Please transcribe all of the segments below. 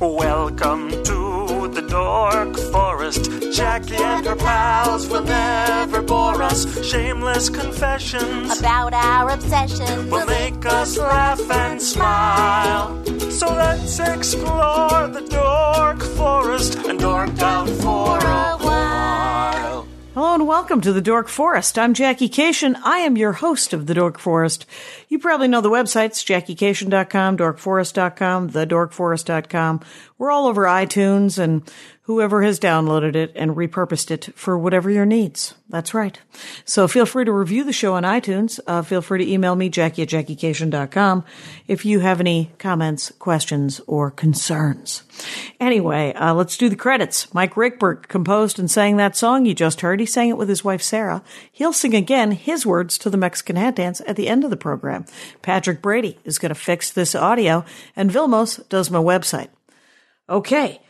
Welcome to the Dork Forest. Jackie and her pals will never bore us. Shameless confessions about our obsession. will make us laugh and smile. So let's explore the Dork Forest and dork out for a while. Hello and welcome to the Dork Forest. I'm Jackie Cation. I am your host of the Dork Forest. You probably know the websites, jackiecation.com, dorkforest.com, thedorkforest.com. We're all over iTunes and whoever has downloaded it and repurposed it for whatever your needs. That's right. So feel free to review the show on iTunes. Uh, feel free to email me, jackie at jackiecation.com, if you have any comments, questions, or concerns. Anyway, uh, let's do the credits. Mike Rickberg composed and sang that song you just heard. He sang it with his wife, Sarah. He'll sing again his words to the Mexican hat dance at the end of the program. Patrick Brady is going to fix this audio, and Vilmos does my website. Okay.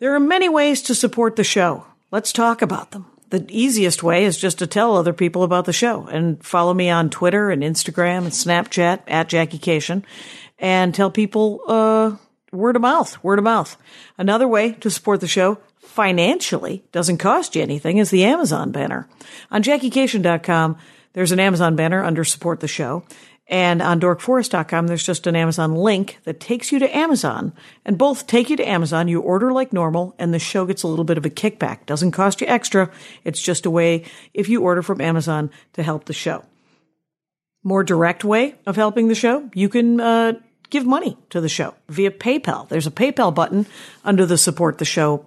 There are many ways to support the show. Let's talk about them. The easiest way is just to tell other people about the show and follow me on Twitter and Instagram and Snapchat at Jackie Cation and tell people, uh, word of mouth, word of mouth. Another way to support the show financially doesn't cost you anything is the Amazon banner. On JackieCation.com, there's an Amazon banner under support the show. And on dorkforest.com, there's just an Amazon link that takes you to Amazon. And both take you to Amazon. You order like normal, and the show gets a little bit of a kickback. Doesn't cost you extra. It's just a way, if you order from Amazon, to help the show more direct way of helping the show, you can uh, give money to the show via PayPal. There's a PayPal button under the support the show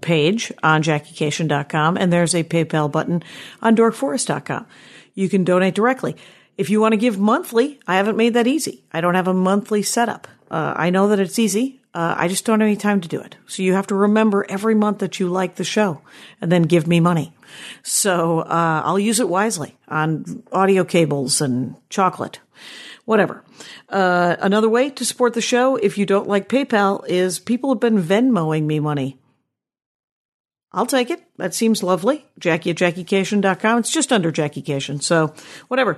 page on jackiecation.com, and there's a PayPal button on dorkforest.com. You can donate directly. If you want to give monthly, I haven't made that easy. I don't have a monthly setup. Uh, I know that it's easy. Uh, I just don't have any time to do it. So you have to remember every month that you like the show and then give me money. So uh, I'll use it wisely on audio cables and chocolate, whatever. Uh, another way to support the show, if you don't like PayPal, is people have been Venmoing me money. I'll take it. That seems lovely. Jackie at JackieCation.com. It's just under Jackie Cation. So whatever.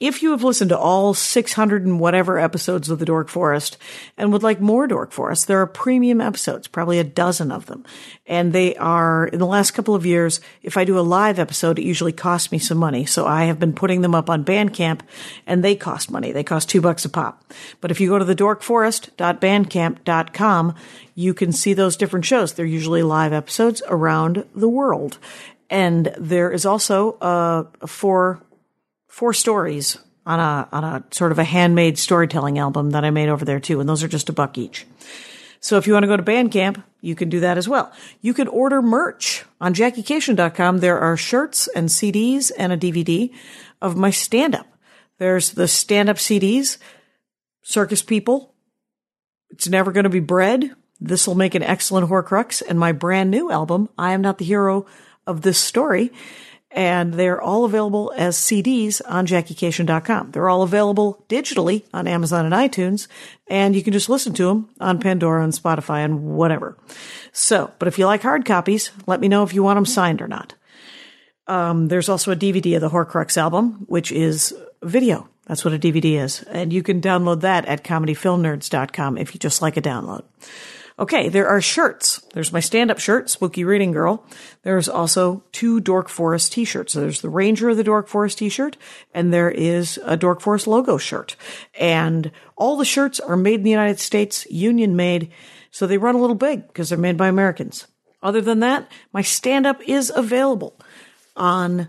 If you have listened to all 600 and whatever episodes of the Dork Forest and would like more Dork Forest, there are premium episodes, probably a dozen of them. And they are, in the last couple of years, if I do a live episode, it usually costs me some money. So I have been putting them up on Bandcamp and they cost money. They cost two bucks a pop. But if you go to the dorkforest.bandcamp.com, you can see those different shows. They're usually live episodes around the world. And there is also, uh, for four stories on a on a sort of a handmade storytelling album that I made over there too, and those are just a buck each. So if you want to go to Bandcamp, you can do that as well. You can order merch on JackieCation.com. There are shirts and CDs and a DVD of my stand up. There's the stand up CDs, Circus People. It's never going to be bread. This will make an excellent Horcrux, and my brand new album, I Am Not the Hero of This Story and they're all available as CDs on JackieCation.com. They're all available digitally on Amazon and iTunes, and you can just listen to them on Pandora and Spotify and whatever. So, but if you like hard copies, let me know if you want them signed or not. Um, there's also a DVD of the Horcrux album, which is video. That's what a DVD is. And you can download that at comedyfilmnerds.com if you just like a download. Okay, there are shirts. There's my stand up shirt, Spooky Reading Girl. There's also two Dork Forest t shirts. There's the Ranger of the Dork Forest t shirt, and there is a Dork Forest logo shirt. And all the shirts are made in the United States, union made, so they run a little big because they're made by Americans. Other than that, my stand up is available on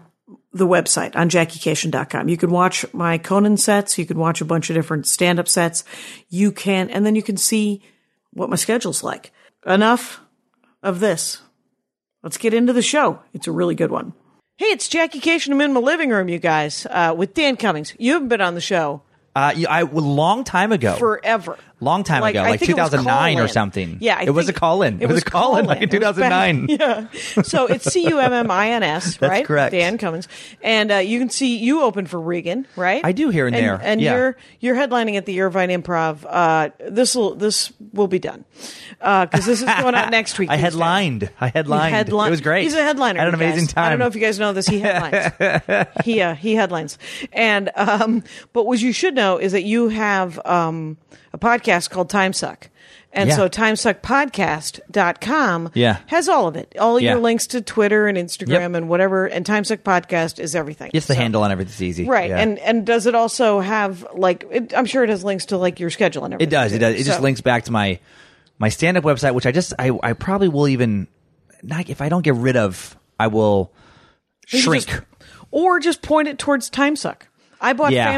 the website on jackiecation.com. You can watch my Conan sets. You can watch a bunch of different stand up sets. You can, and then you can see what my schedule's like. Enough of this. Let's get into the show. It's a really good one. Hey, it's Jackie Cation. I'm in my living room, you guys, uh, with Dan Cummings. You haven't been on the show Uh, you- I a long time ago. forever. long time Like, ago, I like think it was 2009 or call-in. something. Yeah, I it was a think call in. It, was, a call in, like in It was back- 2009. yeah. So it's C U M M I N S, right? That's correct. Dan Cummins, and uh, you can see you open for Regan, right? I do here and there, And yeah. you're you're headlining at the Irvine Improv. Uh, this will this will be done because this is going out next week. I Tuesday. headlined. I headlined. Headlin- It was great. He's a headliner. I had an you guys. amazing time. I don't know if you guys know this. He headlines. he uh, he headlines. And um, but what you should know know is that you have um, a podcast called Time Suck. And Yeah. so timesuckpodcast.com Yeah. has all of it. All Yeah. your links to Twitter and Instagram Yep. and whatever and Timesuck Podcast is everything. Just the So- handle on everything's easy. Right. Yeah. And and does it also have like it, I'm sure it has links to like your schedule and everything. It does. It too. does. It just So- links back to my my stand up website, which I just I, I probably will even not if I don't get rid of, I will You shrink. just- or just point it towards timesuck. I bought Yeah.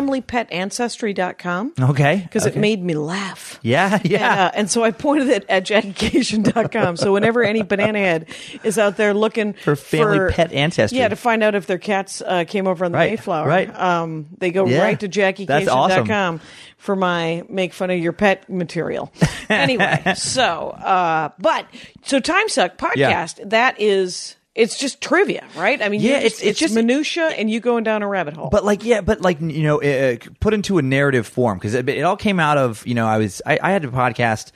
familypetancestry.com. Okay, Because it okay. made me laugh. yeah, yeah. And, uh, and so I pointed it at jackication.com. so whenever any banana head is out there looking For family pet ancestry. Yeah, to find out if their cats uh, came over on the Right, Mayflower. right. Um, they go Yeah. right to That's jackication.com awesome. com for my make fun of your pet material. anyway, so, uh, but, so Time Suck podcast, that is. It's just trivia, right? I mean, Yeah, you're just, it's- it's just- minutia, and you going down a rabbit hole. But like, yeah, but like, you know, uh, put into a narrative form because it, it all came out of you know I was I, I had a podcast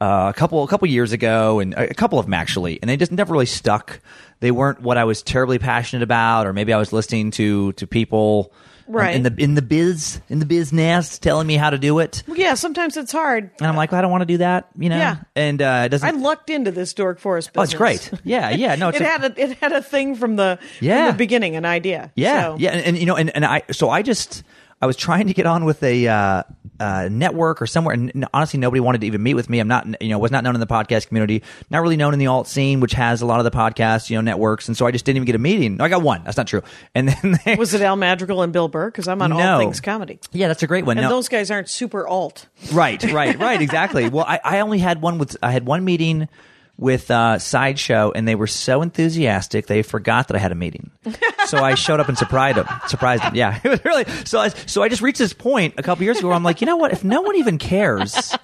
uh, a couple a couple years ago and a couple of them actually, and they just never really stuck. They weren't what I was terribly passionate about, or maybe I was listening to to people um, Right. in the in the biz in the business telling me how to do it, yeah, sometimes it's hard. and I'm like, well, I don't want to do that, you know. Yeah. And uh, it doesn't. I lucked into this dork forest. oh, it's Business. great. Yeah, yeah. No, it's it a- had a it had a thing from the Yeah. from the beginning, an idea. Yeah, So- yeah, and, and, you know, and, and I so I just I was trying to get on with a uh, uh, network or somewhere, and n- honestly, nobody wanted to even meet with me. I'm not, you know, was not known in the podcast community, not really known in the alt scene, which has a lot of the podcast, you know, networks, and so I just didn't even get a meeting. No, I got one. That's not true. And then they, Was it Al Madrigal and Bill Burr? Because I'm on all No. things comedy, yeah, that's a great one. and No. those guys aren't super alt. Right, right, right, exactly. Well, I, I only had one with I had one meeting with uh, sideshow, and they were so enthusiastic they forgot that I had a meeting. So I showed up and surprised them. Surprised them. Yeah, it was really. So I, so I just reached this point a couple years ago. Where I'm like, you know what? If no one even cares.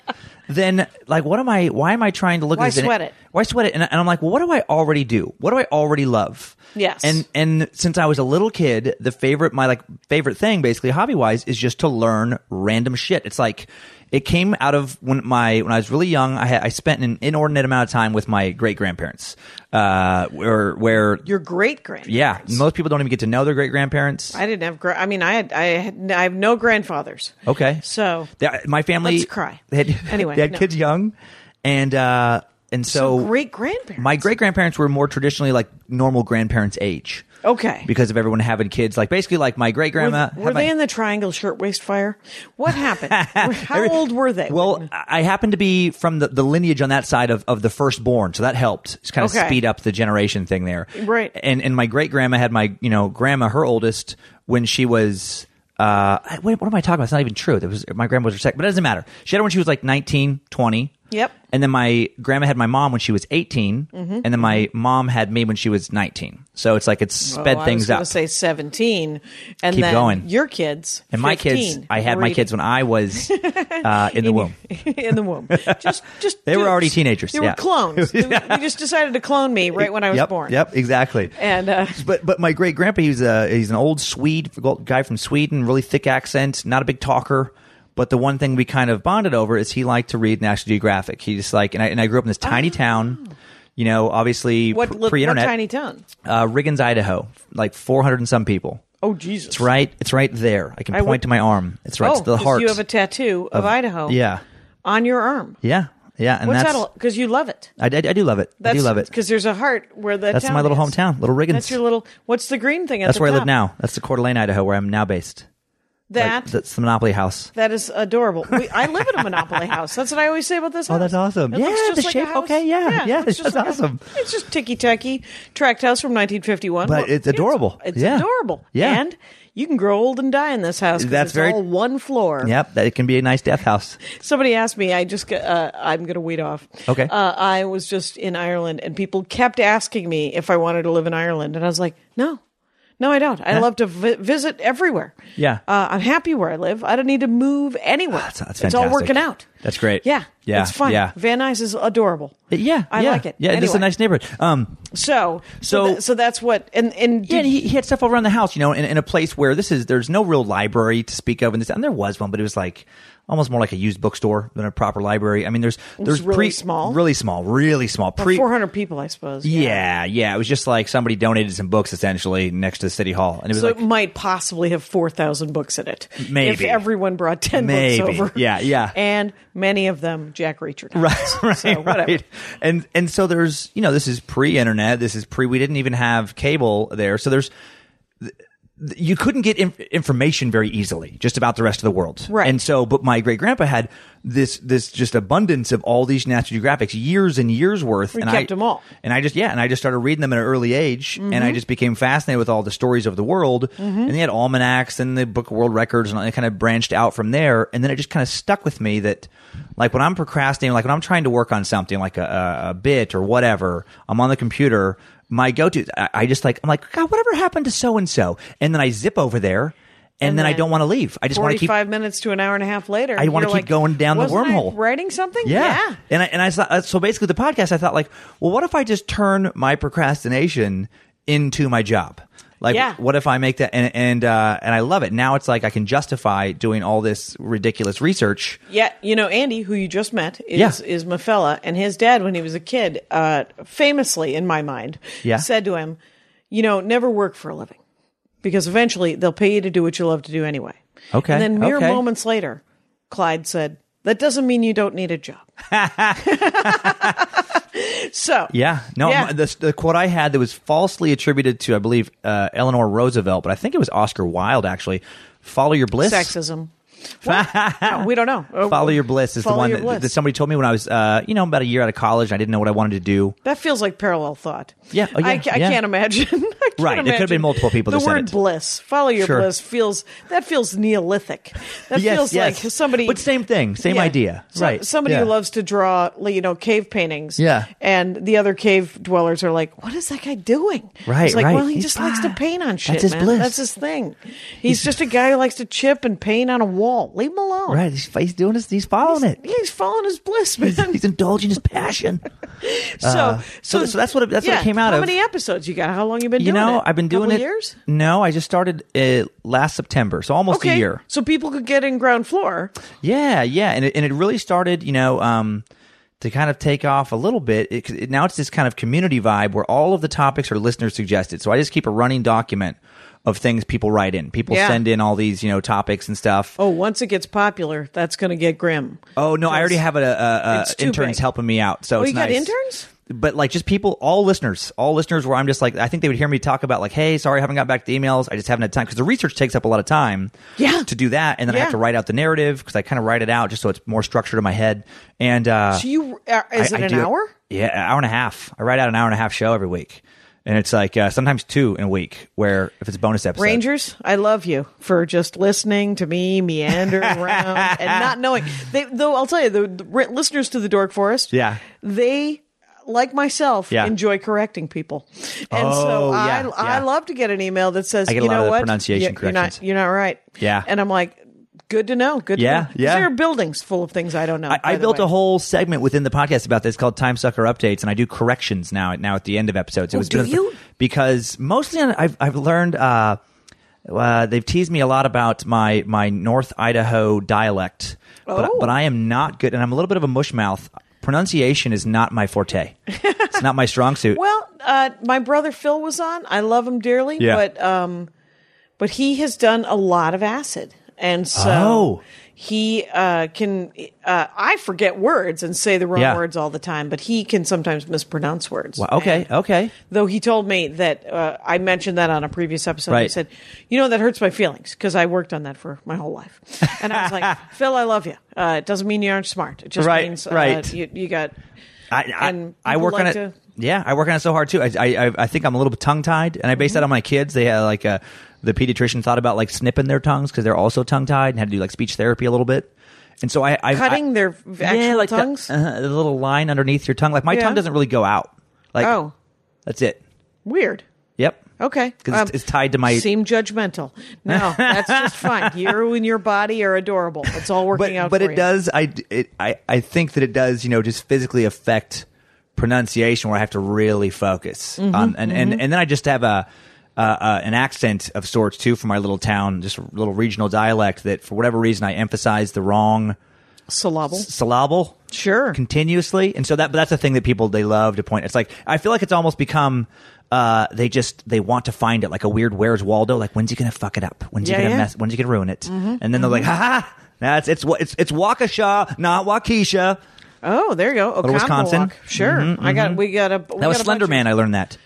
Then, like, what am I? Why am I trying to look Why at this? and sweat it? Why sweat it? And, and I'm like, well, what do I already do? What do I already love? Yes. And and since I was a little kid, the favorite my like favorite thing basically hobby wise is just to learn random shit. It's like it came out of when my when I was really young. I had, I spent an inordinate amount of time with my great grandparents. Uh, where where Your great grand, yeah, most people don't even get to know their great grandparents. I didn't have. gra- I mean, I had. I had. I have no grandfathers. Okay. So They- my family Let's cry. They had, Anyway, they had no. kids young, and uh, and so, great grandparents. My great grandparents were more traditionally like normal grandparents' age. Okay. Because of everyone having kids, like basically, like my great grandma. were, were they in the Triangle Shirtwaist Fire? What happened? How old were they? Well, I I happen to be from the, the lineage on that side of, of the firstborn, so that helped. It's kind of Okay. speed up the generation thing there, Right. And and my great grandma had my you know grandma her oldest when she was. Uh, I- wait, what am I talking about? It's not even true. That was my grandma was her second, but it doesn't matter. She had her when she was like 19, 20. Yep. Mm-hmm. And then my grandma had my mom when she was 18, and then my mom had me when she was 19. So it's like it's sped Oh, I was things gonna up. Say seventeen, and Keep then going. your kids and my 15, kids, I had were my eating. kids when I was uh, in the womb. in the womb. Just, just They were dudes. already teenagers, They were yeah. clones. They- You just decided to clone me right when I was yep, born. Yep, exactly. And uh, but but my great grandpa he was a he's an old Swede guy from Sweden, really thick accent, not a big talker. But the one thing we kind of bonded over is he liked to read National Geographic. He just like and I and I grew up in this tiny town, you know, obviously Oh. what, pre- what pre-internet, tiny town? uh, Riggins, Idaho, like four hundred and some people. Oh Jesus! It's right, it's right there. I can I point would- to my arm. It's right Oh, to the 'cause heart. You have a tattoo of, Idaho. yeah, On your arm. yeah, yeah. And What's that's that? Because you love it. I, I, I do love it. I do love it. Because there's a heart where that. That's town my little is. hometown, little Riggins. That's your little. What's the green thing? At That's the where I top? live now. That's the Coeur d'Alene, Idaho, where I'm now based. Like, That that's the Monopoly House. that is adorable. We, I live in a Monopoly house. That's what I always say about this. Oh, that's awesome. It Yeah, looks just the like a shape. house. Okay, yeah, it yeah, looks just that's like a- awesome. it's just ticky tacky tract house from 1951, But it's adorable. It's, Yeah. adorable. Yeah. and you can grow old and die in this house. 'cause That's it's very- all one floor. Yep, that it can be a nice death house. Somebody asked me. I just. got- Uh, I'm going to weed off. Okay. Uh, I was just in Ireland, and people kept asking me if I wanted to live in Ireland, and I was like, no. No, I don't. I love to vi- visit everywhere. Yeah. uh, I'm happy where I live. I don't need to move anywhere. That's, that's it's all fantastic. working out. That's great. Yeah, yeah, it's fun. Yeah, Van Nuys is adorable. yeah, I yeah. like it. Yeah, this is a Anyway. nice neighborhood. Um, So, so, So- tha- so that's what. And and yeah, did- and he, he had stuff all around the house, you know, in, in a place where this is there's no real library to speak of in this, and there was one, but it was like almost more like a used bookstore than a proper library. I mean, there's there's really pre- small. really small, really small. Pre- 400 people, I suppose. yeah, yeah. It was just like somebody donated some books essentially next to City Hall, and it was So like it might possibly have 4,000 books in it. If Maybe. everyone brought 10 Maybe. books over. Yeah, yeah. And many of them Jack Reacher. Right, right, so whatever. right. And and so there's you know this is pre-internet. This is pre. We didn't even have cable there, so there's th- th- you couldn't get inf- information very easily just about the rest of the world. Right. And so, but my great grandpa had this this just abundance of all these National Geographics, years and years worth. We and kept I, them all. And I just yeah, and I just started reading them at an early age, and I Mm-hmm. just became fascinated with all the stories of the world. And they had almanacs and the Book of World Records, and it kind of branched out from there. And then it just kind of stuck with me that, like when I'm procrastinating, like when I'm trying to work on something, like a, a, a bit or whatever, I'm on the computer. My go-to, I, I just like I'm like God, whatever happened to so and so, and then I zip over there. And, And then, I then don't want to leave. I just want to keep 45 minutes to an hour and a half later. I wanna you're keep like, going down the "Wasn't I wormhole." writing something? Yeah. And I, and I thought, uh, so basically the podcast, I thought like, well, what if I just turn my procrastination into my job? Like, Yeah. what if I make that? And, and, uh, and I love it. Now it's like I can justify doing all this ridiculous research. Yeah, you know Andy, who you just met, is Yeah. is Mafella, and his dad, when he was a kid, uh, famously in my mind, Yeah. said to him, "You know, never work for a living, because eventually they'll pay you to do what you love to do anyway." Okay, And then mere okay. moments later, Clyde said, "That doesn't mean you don't need a job." so Yeah. No, Yeah. my- The, the quote I had that was falsely attributed to, I believe, uh, Eleanor Roosevelt, but I think it was Oscar Wilde actually. Follow your bliss. sexism. What? No, we don't know. Uh, Follow your bliss is Follow the one your that, bliss. that somebody told me when I was, uh, you know, about a year out of college. And I didn't know what I wanted to do. That feels like parallel thought. Yeah. Oh, yeah. I, ca- I Yeah. can't imagine. I can't Right. It could have imagine. been multiple people The that said word it. bliss, follow your Sure. bliss, feels that feels Neolithic. That Yes, feels yes. like somebody. But same thing, same Yeah. idea, So- right? Somebody who Yeah. loves to draw, like, you know, cave paintings. Yeah. And the other cave dwellers are like, "What is that guy doing?" Right, It's like, right. well, he He's just likes to fine. paint on That's shit. his man. bliss. That's his thing. He's just a guy who likes to chip and paint on a wall. Leave him alone. Right, he's, he's doing his, he's following it. He's following his bliss, man. He's, he's indulging his passion. So, Uh, so th- so that's what it- that's what it came out how of. many episodes you got? How long you been You doing know, it? I've been doing Couple it. years. No, I just started uh, last September, so almost a year. so people could get in ground floor. Yeah, yeah, and it, and it really started, you know, um, to kind of take off a little bit. It, 'cause it- now it's this kind of community vibe where all of the topics are listener suggested. So I just keep a running document of things people write in. People Yeah. send in all these, you know, topics and stuff. Oh, once it gets popular, that's going to get grim. Oh no, I already have a, a, a It's too interns big. helping me out. So Oh, it's you got nice. interns? But like just people, all listeners, all listeners, where I'm just like, I think they would hear me talk about like, hey, sorry, I haven't got back to the emails. I just haven't had time because the research takes up a lot of time. Yeah. To do that, and then I Yeah. have to write out the narrative because I kind of write it out just so it's more structured in my head. And uh, Do you? Uh, is I- it I an do hour? Yeah, an hour and a half. I write out an hour and a half show every week, and it's like uh, sometimes two in a week. Where if it's a bonus episode, Rangers, I love you for just listening to me meander around and not knowing. They, though I'll tell you, the, the ri- listeners to the Dork Forest, Yeah. they like myself Yeah. enjoy correcting people, and so Oh, I, yeah, I yeah. love to get an email that says, I get a you lot know of the what, pronunciation you're, not, corrections. you're not right, Yeah. and I'm like, good to know, good, Yeah, to know. 'Cause yeah. There are buildings full of things I don't know. by I, I the built way. a whole segment within the podcast about this called Time Sucker Updates, and I do corrections now. Now at the end of episodes, it was Oh, do been- you? because mostly on, I've I've learned. Uh, uh, they've teased me a lot about my my North Idaho dialect, but Oh. but I am not good, and I'm a little bit of a mushmouth. Pronunciation is not my forte. it's not my strong suit. Well, uh, my brother Phil was on. I love him dearly, Yeah. but um, but he has done a lot of acid, and so Oh. he uh, can. Uh, I forget words and say the wrong Yeah. words all the time, but he can sometimes mispronounce words. Well, okay, okay. Though he told me that uh, I mentioned that on a previous episode. He Right. said, "You know that hurts my feelings because I worked on that for my whole life." And I was like, "Phil, I love you. Uh, it doesn't mean you aren't smart. It just Right, means right. Uh, you, you got." I, I, And I people work on it. like to- yeah, I work on it so hard too. I I, I- I think I'm a little bit tongue tied, and I base Mm-hmm. that on my kids. They had like uh the pediatrician thought about like snipping their tongues because they're also tongue tied and had to do like speech therapy a little bit. And so I, I Cutting I- their actual yeah, like the- tongues? uh-huh, the little line underneath your tongue. Like my Yeah. tongue doesn't really go out. Like Oh, that's it. weird. Yep. Okay. um, 'Cause it's- it's tied to my- Seem judgmental. No, that's just fine. You and your body are adorable. It's all working But out but for it you. does. I d- it, I I think that it does. You know, just physically Mm-hmm, affect pronunciation where I have to really focus on and and, and then I just have a. uh, uh, an accent of sorts too from our little town, just a little regional dialect that for whatever reason I emphasized the wrong Syllable. syllable Sure. continuously, and so that but that's a thing that people they love to point. It's like I feel like it's almost become. Uh, they just they want to find it like a weird Where's Waldo like when's he gonna fuck it up when's Yeah, he gonna yeah. Mm-hmm. mess when's he gonna ruin it and then they're like ha ha that's it's wa- it's it's Waukesha not Waukesha Oh, there you go. Oconomowoc. Wisconsin. Mm-hmm, Sure. I got. We got a. we got a that was bunch of- Slender Man I learned that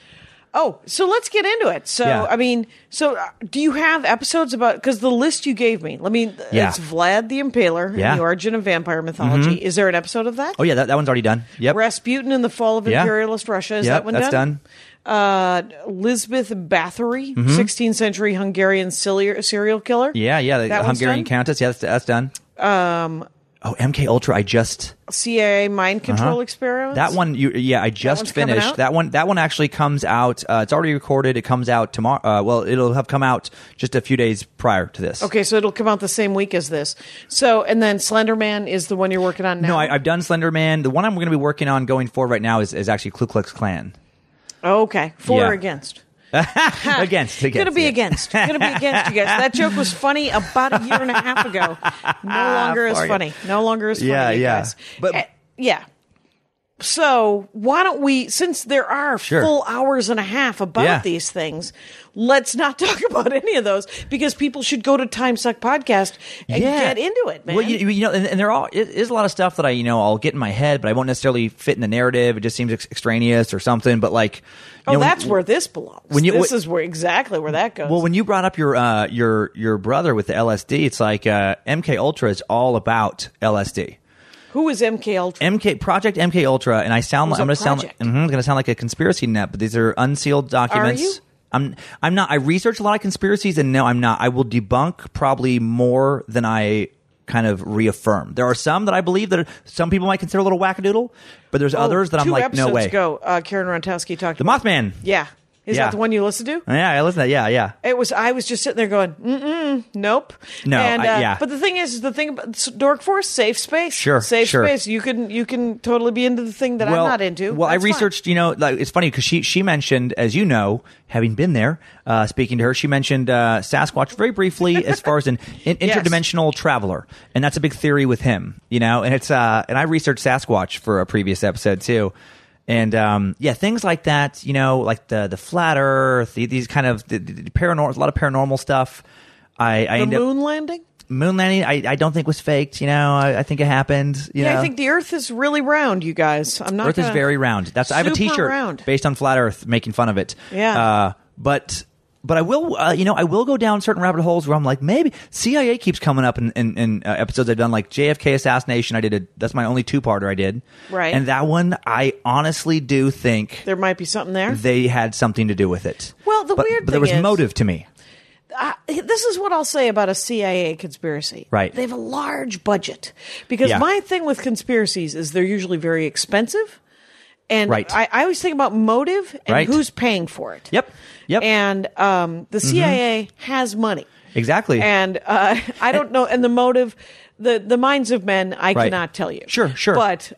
Oh, so let's get into it. So, Yeah. I mean, so uh, do you have episodes about because the list you gave me? Let me. Yeah. It's Vlad the Impaler Yeah. Mm-hmm. and the origin of vampire mythology. Is there an episode of that? oh yeah that, that one's already done yep Rasputin and the fall of Yeah. imperialist Russia. Is yep that one that's done, Mm-hmm. Uh, Lisbeth Bathory, 16th century Hungarian serial serial killer. yeah yeah the That one's Hungarian done? Countess yeah that's, that's done um oh MK Ultra I just CIA mind control experiments. Uh-huh. That one, you, yeah, I just one's coming finished out? that one. That one actually comes out. Uh, it's already recorded. It comes out tomorrow. Uh, well, it'll have come out just a few days prior to this. Okay, so it'll come out the same week as this. So, and then Slender Man is the one you're working on now. No, I, I've done Slender Man. The one I'm going to be working on going forward right now is, is actually Ku Klux Klan. okay, for Yeah. or against. against, against, Gonna be yeah. against. Gonna be against you guys. That joke was funny about a year and a half ago. No longer is For you. funny. No longer is funny. Ah, Yeah, you yeah. Guys. But- Eh, yeah. So why don't we? Since there are Sure. full hours and a half about Yeah. these things, let's not talk about any of those because people should go to Time Suck Podcast and get into it, man. Well, you, you know, and, and there are it is a lot of stuff that I you know I'll get in my head, but I won't necessarily fit in the narrative. It just seems ex- extraneous or something. But like, you oh, know, when- that's where this belongs. when you- this when- is where exactly where that goes. Well, when you brought up your uh, your your brother with the LSD, it's like uh, MK Ultra is all about LSD. Who is MK Ultra? MK Project MK Ultra, and I sound like a I'm gonna sound project. mhm, I'm gonna sound like a conspiracy nut, but these are unsealed documents. you? I'm I'm not. I research a lot of conspiracies, and no, I'm not. I will debunk probably more than I kind of reaffirm. There are some that I believe that are, some people might consider a little wackadoodle, but there's others that I'm Oh, Two like, no episodes way. ago, uh, Karen Rontowski talked. The about- Mothman. Yeah, is Yeah. Uh, that the one you listened to? Yeah, I listen to that. Yeah, yeah. It was. I was just sitting there going, "Mm mm, nope." No, and, uh, I- yeah. But the thing is, the thing about Dork Force, safe space, Sure, safe sure. space. You can you can totally be into the thing that I'm not into. Well, That's I fine. researched. You know, like, it's funny because she she mentioned, as you know, having been there, uh, speaking to her, she mentioned uh, Sasquatch very briefly as far as an, an Yes. interdimensional traveler, and that's a big theory with him. You know, and it's uh, and I researched Sasquatch for a previous episode too. And um, yeah, things like that, you know, like the the flat Earth, the, these kind of the, the paranormal, a lot of paranormal stuff. I, I the end up- moon landing. moon landing. I, I don't think was faked. You know, I, I think it happened. You Yeah, know? I think the Earth is really round, you guys. I'm not. Earth is gonna- very round. That's I have a Super T-shirt round. based on flat Earth, making fun of it. Yeah. Uh, but but I will uh, you know I will go down certain rabbit holes where I'm like maybe CIA keeps coming up in, in, in uh, episodes I've done like JFK assassination. I did a that's my only two parter I did. Right. And that one I honestly do think There might be something there. they had something to do with it. Well, the but, weird but there was thing is- motive to me. I- this is what I'll say about a CIA conspiracy. Right. They have a large budget. Because Yeah. my thing with conspiracies is they're usually very expensive. And Right. I, I always think about motive and Right. who's paying for it. Yep. Yep. Mm-hmm. And um, the CIA has money. Exactly. And uh, I don't know. And the motive, the, the minds of men, I Right. cannot tell you. Sure, sure. But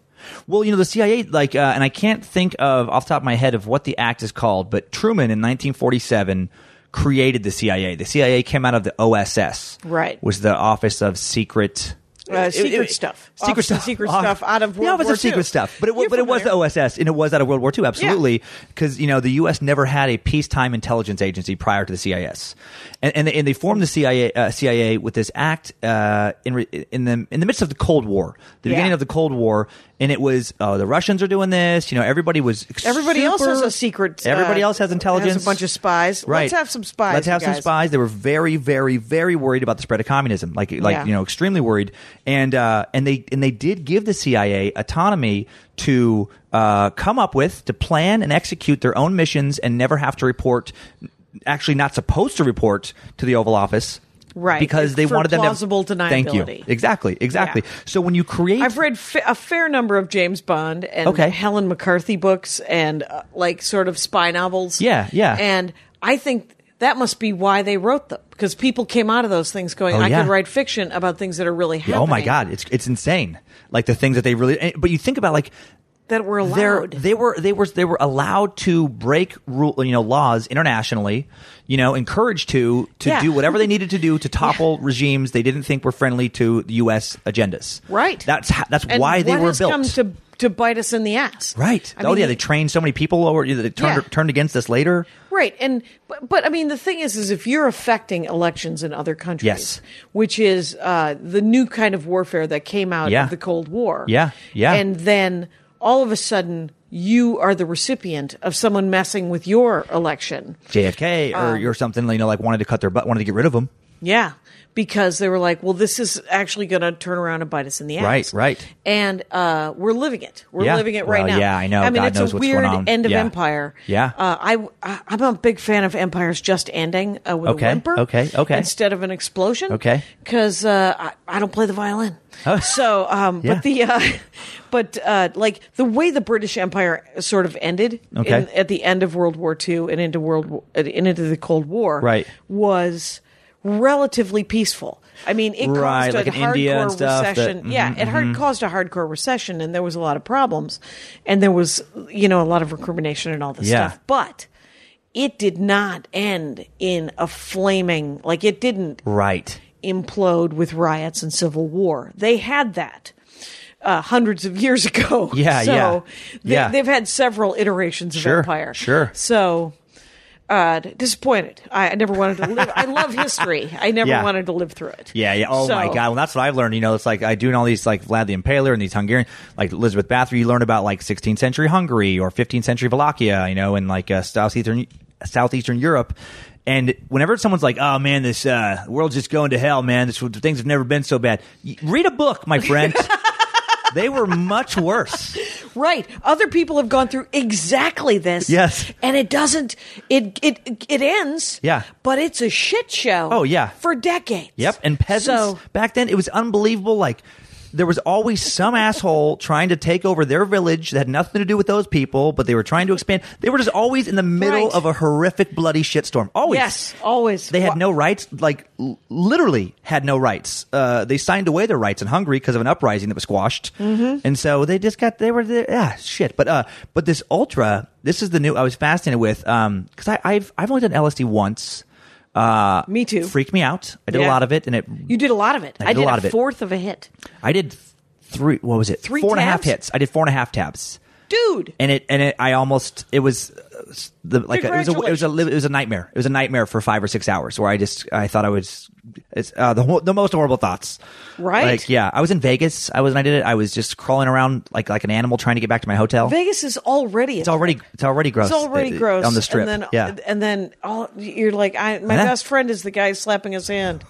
Well, you know, the CIA, like, uh, and I can't think of off the top of my head of what the act is called, but Truman in 1947 created the CIA. The CIA came out of the OSS, Right. Was the Office of Secret. Uh, secret stuff. secret Office of stuff, secret Off- stuff out of the World Office War of Secret II. stuff, but it was, You're but it was the familiar. OSS and it was out of World War II, absolutely, because you know the U.S. never had a peacetime intelligence agency prior to the CIS, and and they, and they formed the CIA uh, CIA with this act uh, in re- in the in the midst of the Cold War, the Yeah. beginning of the Cold War, and it was oh the Russians are doing this, you know everybody was ex- Everybody else super- has a secret, uh, everybody else has has a intelligence, bunch of spies. right? Let's have some spies, Let's have you some guys. spies spies. They were very, very, very worried about the spread of communism. Like, like Yeah. you know, extremely worried. And uh, and they and they did give the CIA autonomy to uh, come up with, to plan and execute their own missions, and never have to report. Actually, not supposed to report to the Oval Office. Right. Because they For wanted them plausible to have, Thank you. deniability. Exactly. Exactly. Yeah. So when you create, I've read fa- a fair number of James Bond and Okay. Helen McCarthy books and uh, like sort of spy novels. Yeah, yeah. And I think that must be why they wrote them because people came out of those things going, Oh, "I yeah. could write fiction about things that are really happening." Oh my god, it's it's insane. Like the things that they really. and- But you eh, think about like that were they're, allowed. they were they were they were allowed to break rule you know laws internationally you know encouraged to to Yeah. do whatever they needed to do to topple regimes they didn't think were friendly to the U.S. agendas Right. that's ho- that's And why they what were has built come to to bite us in the ass. right I oh mean, yeah they trained so many people over they turned Yeah. turned against us later Right, and but, but I mean the thing is, is if you're affecting elections in other countries, Yes. which is uh, the new kind of warfare that came out Yeah. of the Cold War, Yeah, yeah. and then all of a sudden you are the recipient of someone messing with your election, JFK or, Um, or something you know like wanted to cut their butt wanted to get rid of them yeah, because they were like, well, this is actually going to turn around and bite us in the ass, Right, right. and uh, we're living it, we're Yeah. living it right Well, now. yeah, I know. I mean, God it's knows a what's going weird on. end of Yeah. empire. Yeah. uh, I I- I'm a big fan of empires just ending uh, with Okay, a whimper, okay, okay. instead of an explosion, Okay. Oh. because uh, I, I don't play the violin. So, um, Yeah. but the uh, but uh, like the way the British Empire sort of ended Okay. in, at the end of World War II and into World War, and into the Cold War, Right. was relatively peaceful. I mean, it Right, caused like a in hardcore India and stuff that- mm-hmm, recession. yeah, it hard, caused a hardcore recession, and there was a lot of problems, and there was you know a lot of recrimination and all this Yeah. stuff. But it did not end in a flaming like it didn't right implode with riots and civil war. They had that. Uh, hundreds of years ago, Yeah, So yeah. they, Yeah. they've had several iterations of Sure, empire. sure. So uh, disappointed. I, I never wanted to live. I love history. I never Yeah. wanted to live through it. Yeah, yeah. Oh So- my god. Well, that's what I've learned. You know, it's like I doing all these like Vlad the Impaler and these Hungarian, like Elizabeth Bathory. You learn about like 16th century Hungary or 15th century Wallachia. You know, and like uh, southeastern southeastern Europe. And whenever someone's like, "Oh man, this uh, world's just going to hell, man. This things have never been so bad." Y- Read a book, my friend. they were much worse. Right. Other people have gone through exactly this. Yes. And it doesn't it it it ends. Yeah. But it's a shit show. Oh, yeah. For decades. Yep, and peasants So, back then it was unbelievable. Like there was always some asshole trying to take over their village that had nothing to do with those people, but they were trying to expand. They were just always in the middle Right. of a horrific, bloody shitstorm. Always, Yes, always. They had Wha- no rights. Like l- literally had no rights. Uh, they signed away their rights in Hungary because of an uprising that was squashed, Mm-hmm. and so they just got they were there. Yeah, shit. But uh, but this ultra, this is the new. I was fascinated with um because I I've I've only done LSD once. Uh, Me too. Freaked me out. I did a Yeah. lot of it, and it you did a lot of it. I did a lot of it. fourth of a hit. I did th- three. What was it? Three Four and a half tabs? hits. I did four and a half tabs, Dude. and it and it. I almost it was uh, s- the like a, it was a it was a it was a nightmare. It was a nightmare for five or six hours where I just I thought I was it's uh, the whole, the most horrible thoughts. Right? Like yeah, I was in Vegas. I was when I did it. I was just crawling around like like an animal trying to get back to my hotel. Vegas is already It's already it's already gross. it's already uh, gross on the strip. And then, yeah. and then all you're like, I, my Huh? best friend is the guy slapping his hand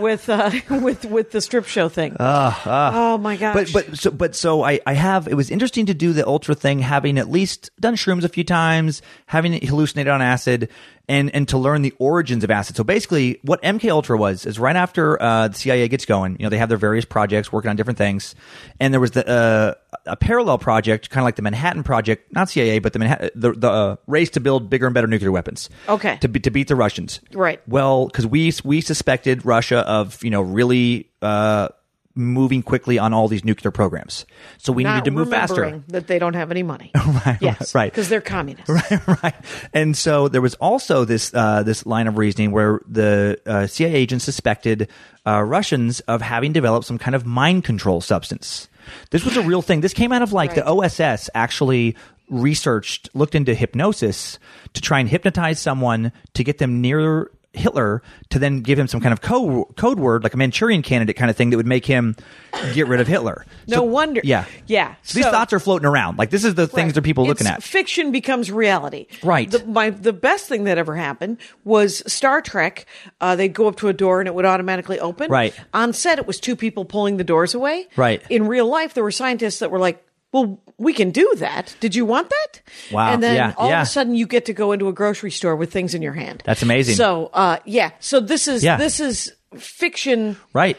with uh, with with the strip show thing. oh my gosh! Ah, but but so but so I, I have it was interesting to do the ultra thing having at least done shrooms a few times having hallucinated on acid and and to learn the origins of acid so basically what mk ultra was is right after uh, the cia gets going you know they have their various projects working on different things and there was the uh, a parallel project kind of like the manhattan project not cia but the manhattan the, the uh, race to build bigger and better nuclear weapons Okay. to, be, to beat the russians Right. well, because we we suspected Russia of you know really uh, moving quickly on all these nuclear programs, so we Not needed to move faster. remembering that they don't have any money. right, yes, right. Because they're communists. right. And so there was also this uh, this line of reasoning where the uh, CIA agent suspected uh, Russians of having developed some kind of mind control substance. This was a real thing. This came out of like the OSS actually researched, looked into hypnosis to try and hypnotize someone to get them near Hitler to then give him some kind of code, code word, like a Manchurian candidate kind of thing that would make him get rid of Hitler. No wonder. Yeah. Yeah. So, these So- thoughts are floating around. Like this is the things that people are looking It's- at. Fiction becomes reality. Right. The, my the best thing that ever happened was Star Trek. Uh, they'd go up to a door and it would automatically open. Right. On set, it was two people pulling the doors away. Right. In real life, there were scientists that were like. Well, we can do that. Did you want that? Wow. And then Yeah. all Yeah. of a sudden, you get to go into a grocery store with things in your hand. That's amazing. So, uh, yeah. So this is Yeah. this is fiction Right.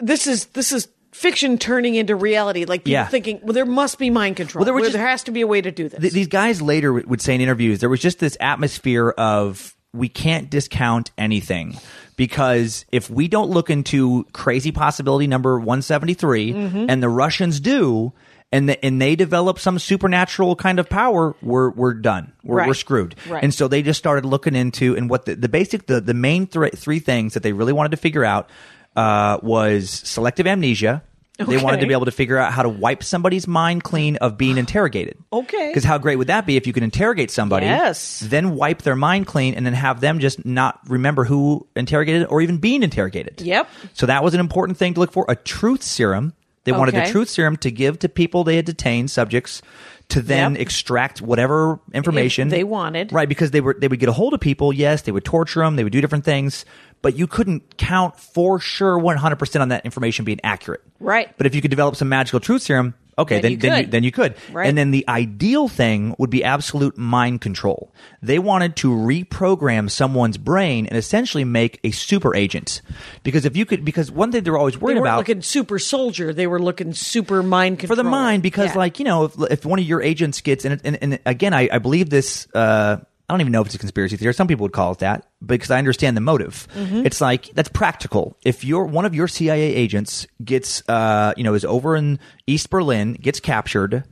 this is this is fiction turning into reality. Like people Yeah. thinking, well, there must be mind control. there there, were just- has to be a way to do this. Th- these guys later w- would say in interviews there was just this atmosphere of we can't discount anything because if we Mm-hmm. don't look into crazy possibility number 173 and the Russians do and the, and they develop some supernatural kind of power, we're we're done. We're, we're Right. screwed. Right. And so they just started looking into and what the, the basic the the main thre- three things that they really wanted to figure out uh, was selective amnesia. They wanted to Okay. be able to figure out how to wipe somebody's mind clean of being interrogated. Okay. Because how great would that be if you could interrogate somebody, Yes. then wipe their mind clean, and then have them just not remember who interrogated or even being interrogated. Yep. So that was an important thing to look for. A truth serum. They wanted the Okay. truth serum to give to people they had detained subjects to then Yep. extract whatever information they wanted. Right, because they were they would get a hold of people. Yes, they would torture them. They would do different things, but you couldn't count for sure one hundred percent on that information being accurate. Right. But if you could develop some magical truth serum, okay, Then then you then you, could. then you could. Right. And then the ideal thing would be absolute mind control. They wanted to reprogram someone's brain and essentially make a super agent. Because if you could, because one thing they're always They worried weren't about looking super soldier. They were looking super mind for control the mind because Yeah. like you know if, if one of your agents gets and and, and again I, I believe this uh I don't even know if it's a conspiracy theory. Some people would call it that because I understand the motive. Mm-hmm. It's like that's practical. If your one of your CIA agents gets, uh, you know, is over in East Berlin, gets captured,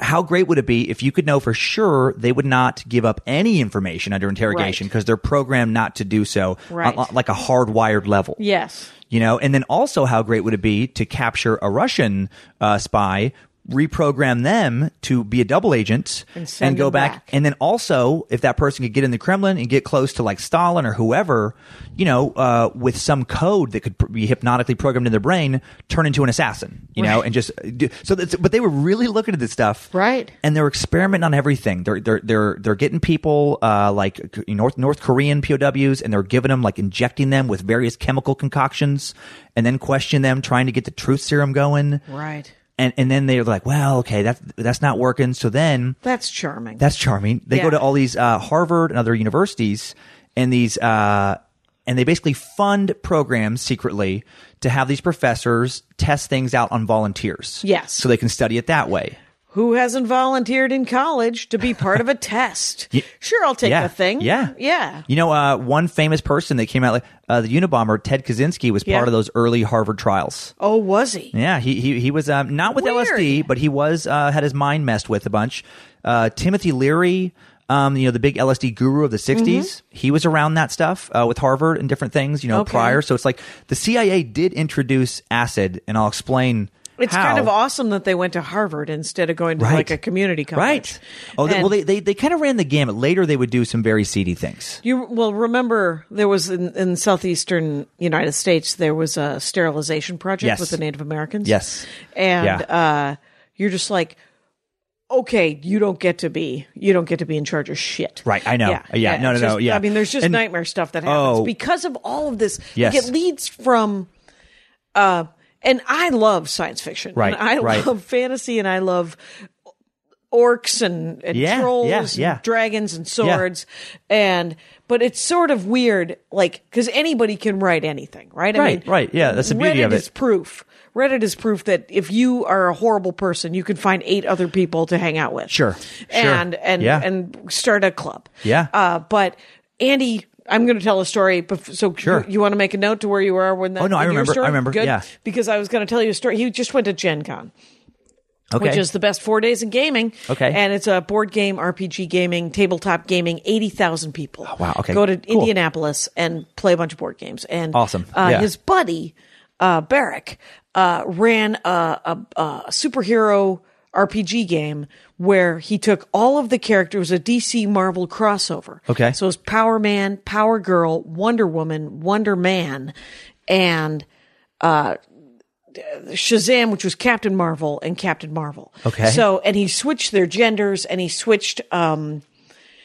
how great would it be if you could know for sure they would not give up any information under interrogation Right. because they're programmed not to do so, on- Right. on, like a hardwired level yes. you know and then also how great would it be to capture a russian uh, spy reprogram them to be a double agent And send go them back. back. and then also if that person could get in the kremlin and get close to like stalin or whoever you know uh, with some code that could pr- be hypnotically programmed in their brain turn into an assassin you know and just uh, do, so that's but they were really looking at this stuff Right. and they're experimenting on everything. They're they're they're they're getting people uh, like you know, North North Korean POWs, and they're giving them like injecting them with various chemical concoctions, and then question them, trying to get the truth serum going. Right. And and then they're like, well, okay, that's that's not working. So then That's charming. that's charming. They go Yeah. to all these uh, Harvard and other universities, and these uh, and they basically fund programs secretly to have these professors test things out on volunteers. Yes. so they can study it that way. Who hasn't volunteered in college to be part of a test? Sure, I'll take yeah. the thing. Yeah. Yeah. You know, uh, one famous person that came out, like uh, the Unabomber, Ted Kaczynski, was Yeah. part of those early Harvard trials. Oh, was he? Yeah, he he, he was um, not with Weird. LSD, but he was uh, had his mind messed with a bunch. Uh, Timothy Leary, um, you know, the big LSD guru of the '60s, he was around that stuff uh, with Harvard and different things, you know, Mm-hmm. Okay. prior. So it's like the CIA did introduce acid, and I'll explain. It's how. kind of awesome that they went to Harvard instead of going to Right. like a community college. Right. Oh, they, And well, they, they, they kind of ran the gamut. Later, they would do some very seedy things. You well remember there was in, in southeastern United States there was a sterilization project Yes. with the Native Americans. Yes. and Yeah. uh, you're just like, okay, you don't get to be you don't get to be in charge of shit. Right, I know. Yeah, no, no, it's no, just- yeah. I mean, there's just And- nightmare stuff that happens Oh. because of all of this. Yes. like it leads from. Uh, and I love science fiction. Right, And I right. love fantasy, and I love orcs and, and Yeah, trolls yeah, and yeah. dragons and swords and but it's sort of weird like because anybody can write anything right Right, right, yeah, that's the beauty Reddit of it. is proof reddit is proof that if you are a horrible person you can find eight other people to hang out with Sure, sure. and and Yeah. and start a club Yeah. uh but andy I'm going to tell a story. bef- So Sure. you, you want to make a note to where you are when that? Oh, no, I in your remember, I story? remember, Good. yeah. Because I was going to tell you a story. He just went to Gen Con Okay. which is the best four days in gaming. Okay. And it's a board game, RPG gaming, tabletop gaming, 80,000 people. Oh, wow. Okay. Go to Cool. Indianapolis and play a bunch of board games. And Awesome. Uh, Yeah. His buddy, uh, Barrick, uh, ran a, a, a superhero RPG game where he took all of the characters, it was a DC Marvel crossover. Okay. So it was Power Man, Power Girl, Wonder Woman, Wonder Man, and uh, Shazam, which was Captain Marvel, and Captain Marvel. Okay. So, and he switched their genders, and he switched, um,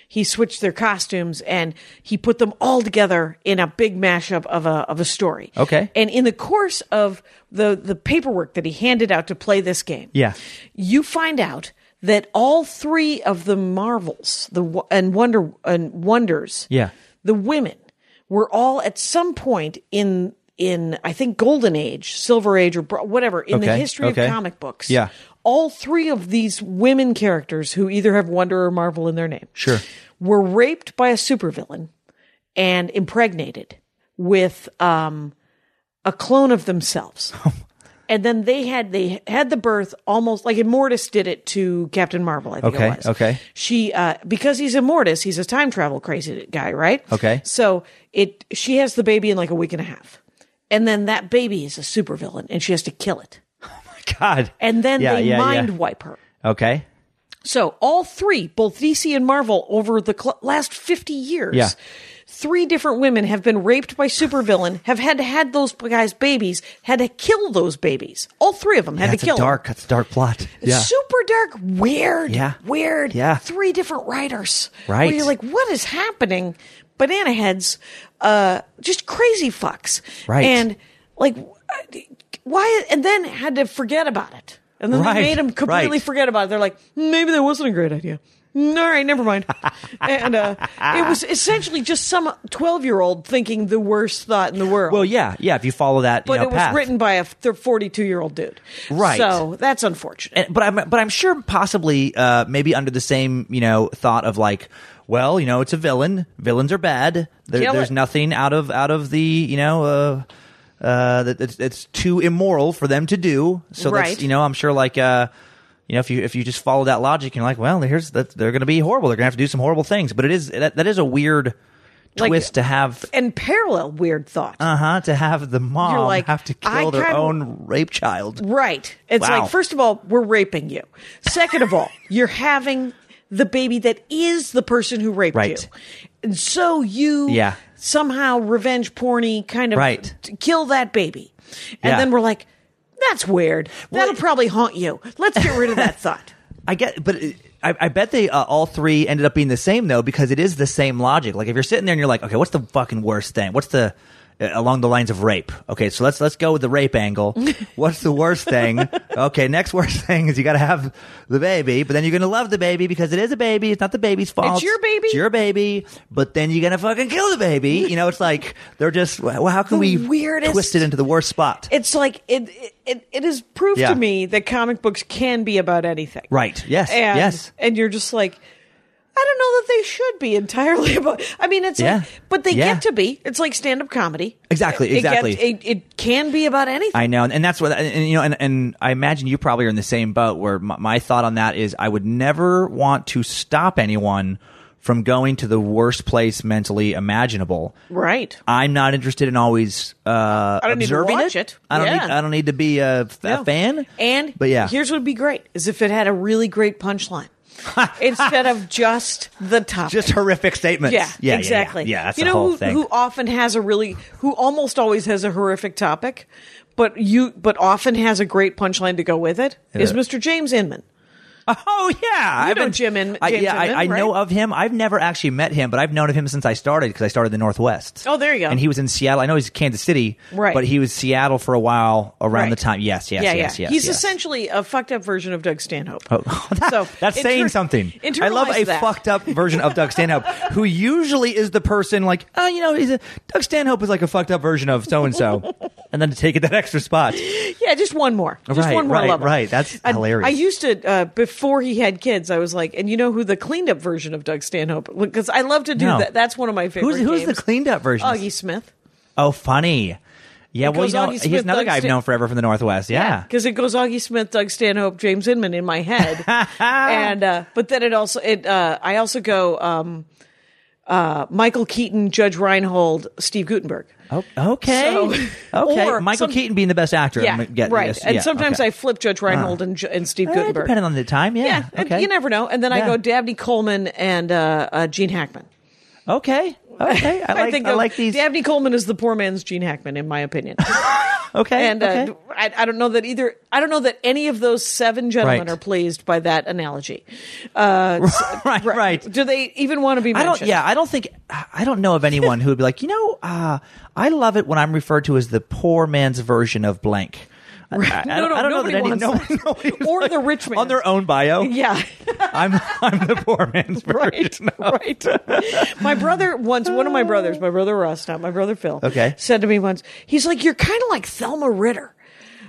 he switched their costumes, and he put them all together in a big mashup of a of a story. Okay. And in the course of the the paperwork that he handed out to play this game, Yeah. you find out that all three of the Marvels, the wo- and Wonder and Wonders, Yeah. the women were all at some point in in I think Golden Age, Silver Age, or bro- whatever in the Okay, history okay. of comic books. Yeah. all three of these women characters who either have Wonder or Marvel in their name, Sure. were raped by a supervillain and impregnated with um, a clone of themselves. and then they had they had the birth almost like Immortus did it to Captain Marvel. I think Okay, it was. okay. She uh, because he's Immortus, he's a time travel crazy guy, right? Okay. So it she has the baby in like a week and a half, and then that baby is a supervillain, and she has to kill it, God. and then Yeah, they yeah, yeah. mind wipe her. Okay. So all three, both DC and Marvel, over the cl- last fifty years, Yeah. three different women have been raped by supervillain, have had had those guys' babies, had to kill those babies. All three of them had That's to kill. a dark. That's a dark plot. Yeah. Super dark, weird, Yeah. weird. Yeah. Three different writers. Right. Where you're like, what is happening? Banana heads, uh, just crazy fucks. Right. And like, why? And then had to forget about it. And then they Right, made them completely right. forget about it. They're like, maybe that wasn't a great idea. Mm, All right, never mind. and uh, it was essentially just some twelve-year-old thinking the worst thought in the world. well, yeah, yeah. If you follow that, but you know, it was path. written by a forty-two-year-old dude. Right. So that's unfortunate. and, but I'm but I'm sure possibly uh, maybe under the same you know thought of like well you know it's a villain villains are bad there, Kill there's it. nothing out of out of the you know uh, uh, that it's, it's too immoral for them to do so Right. that's you know I'm sure like uh, you know if you if you just follow that logic you're like well here's that they're going to be horrible they're going to have to do some horrible things but it is that, that is a weird Like- twist to have and parallel weird thought. uh huh to have the mom like, have to kill I their kinda- own rape child right. It's Wow. like, first of all, we're raping you. Second of all, you're having the baby that is the person who raped Right. you. And so you Yeah. somehow revenge porny kind of Right. t- kill that baby. And Yeah. then we're like, that's weird. Well, That'll it- probably haunt you. Let's get rid of that thought. I get, but it, I, I bet they uh, all three ended up being the same though, because it is the same logic. Like if you're sitting there and you're like, okay, what's the fucking worst thing? What's the uh, along the lines of rape? Okay, so let's let's go with the rape angle. What's the worst thing? Okay, next worst thing is you got to have the baby, but then you're gonna love the baby because it is a baby. It's not the baby's fault. your baby. It's your baby. But then you're gonna fucking kill the baby. You know, it's like they're just. Well, how can The we weirdest- twist it into the worst spot? It's like, it, it, it is proof Yeah. to me that comic books can be about anything. right. Yes. and yes. and you're just like I don't know that they should be entirely about. I mean, it's Yeah. like, but they Yeah. get to be. It's like stand up comedy. Exactly, It- it exactly. gets- it, it can be about anything. I know, and, and that's what, and, and, you know, and, and I imagine you probably are in the same boat. Where my, my thought on that is, I would never want to stop anyone from going to the worst place mentally imaginable. right. I'm not interested in always uh, I don't need to observing watch it. I don't Yeah. need. I don't need to be a, a No. fan. And but yeah, here's what would be great is if it had a really great punchline instead of just the topic. just horrific statements. yeah, yeah, yeah. exactly. Yeah, that's you the know whole who, thing. who often has a really who almost always has a horrific topic, but you but often has a great punchline to go with it is Yeah. Mr. James Inman. Oh yeah, You I've know been Jim In- I, James yeah, I, Inman, I know right? of him. I've never actually met him, but I've known of him since I started because I started in the Northwest. Oh, there you go. And he was in Seattle. I know he's Kansas City, Right. But he was Seattle for a while around Right. the time. Yes, yes, yeah, yes, yeah. yes. He's yes. Oh. essentially a fucked up version of Doug Stanhope. so so, that's saying inter- something. I love internalize a that. fucked up version of Doug Stanhope, who usually is the person like, oh, you know, he's a, Doug Stanhope is like a fucked up version of so and so, and then to take it that extra spot. Yeah, just one more. Just Right, one more right, level. right. That's I, hilarious. I used to uh, before he had kids. I was like, and you know who the cleaned up version of Doug Stanhope? Because I love to do No. that. That's one of my favorite. Who's who's the games. cleaned up version? Augie Smith? Oh, funny. Yeah, well, goes you know, Augie he's Smith, another Doug guy I've Stan- known forever from the Northwest. Yeah. because it goes Augie Smith, Doug Stanhope, James Inman in my head, and uh, but then it also it uh, I also go um, uh, Michael Keaton, Judge Reinhold, Steve Gutenberg. O- Oh, okay. So- okay. or Michael some- Keaton being the best actor. Yeah, I'm getting right. this. and Yeah, sometimes okay. I flip Judge Reinhold and, Ju- and Steve Eh, Gutenberg. depending on the time. Yeah. yeah, and okay. you never know. And then Yeah. I go Dabney Coleman and uh, uh, Gene Hackman. Okay. Okay. I like. I, of- like these. Dabney Coleman is the poor man's Gene Hackman, in my opinion. okay. and okay. uh, I, I don't know that either. I don't know that any of those seven gentlemen Right. are pleased by that analogy. Uh, s- right. Right. Do they even want to be I mentioned? don't. Yeah, I don't think I don't know of anyone who would be like, you know, uh, I love it when I'm referred to as the poor man's version of blank. I- I, I No, don't- no, I don't know that nobody any, wants no, that. nobody- Or the rich on their man's. own bio. Yeah. I'm I'm the poor man's right, version. right. my brother once, one of my brothers, my brother Russ, not my brother Phil, Okay. said to me once, he's like, "You're kind of like Thelma Ritter,"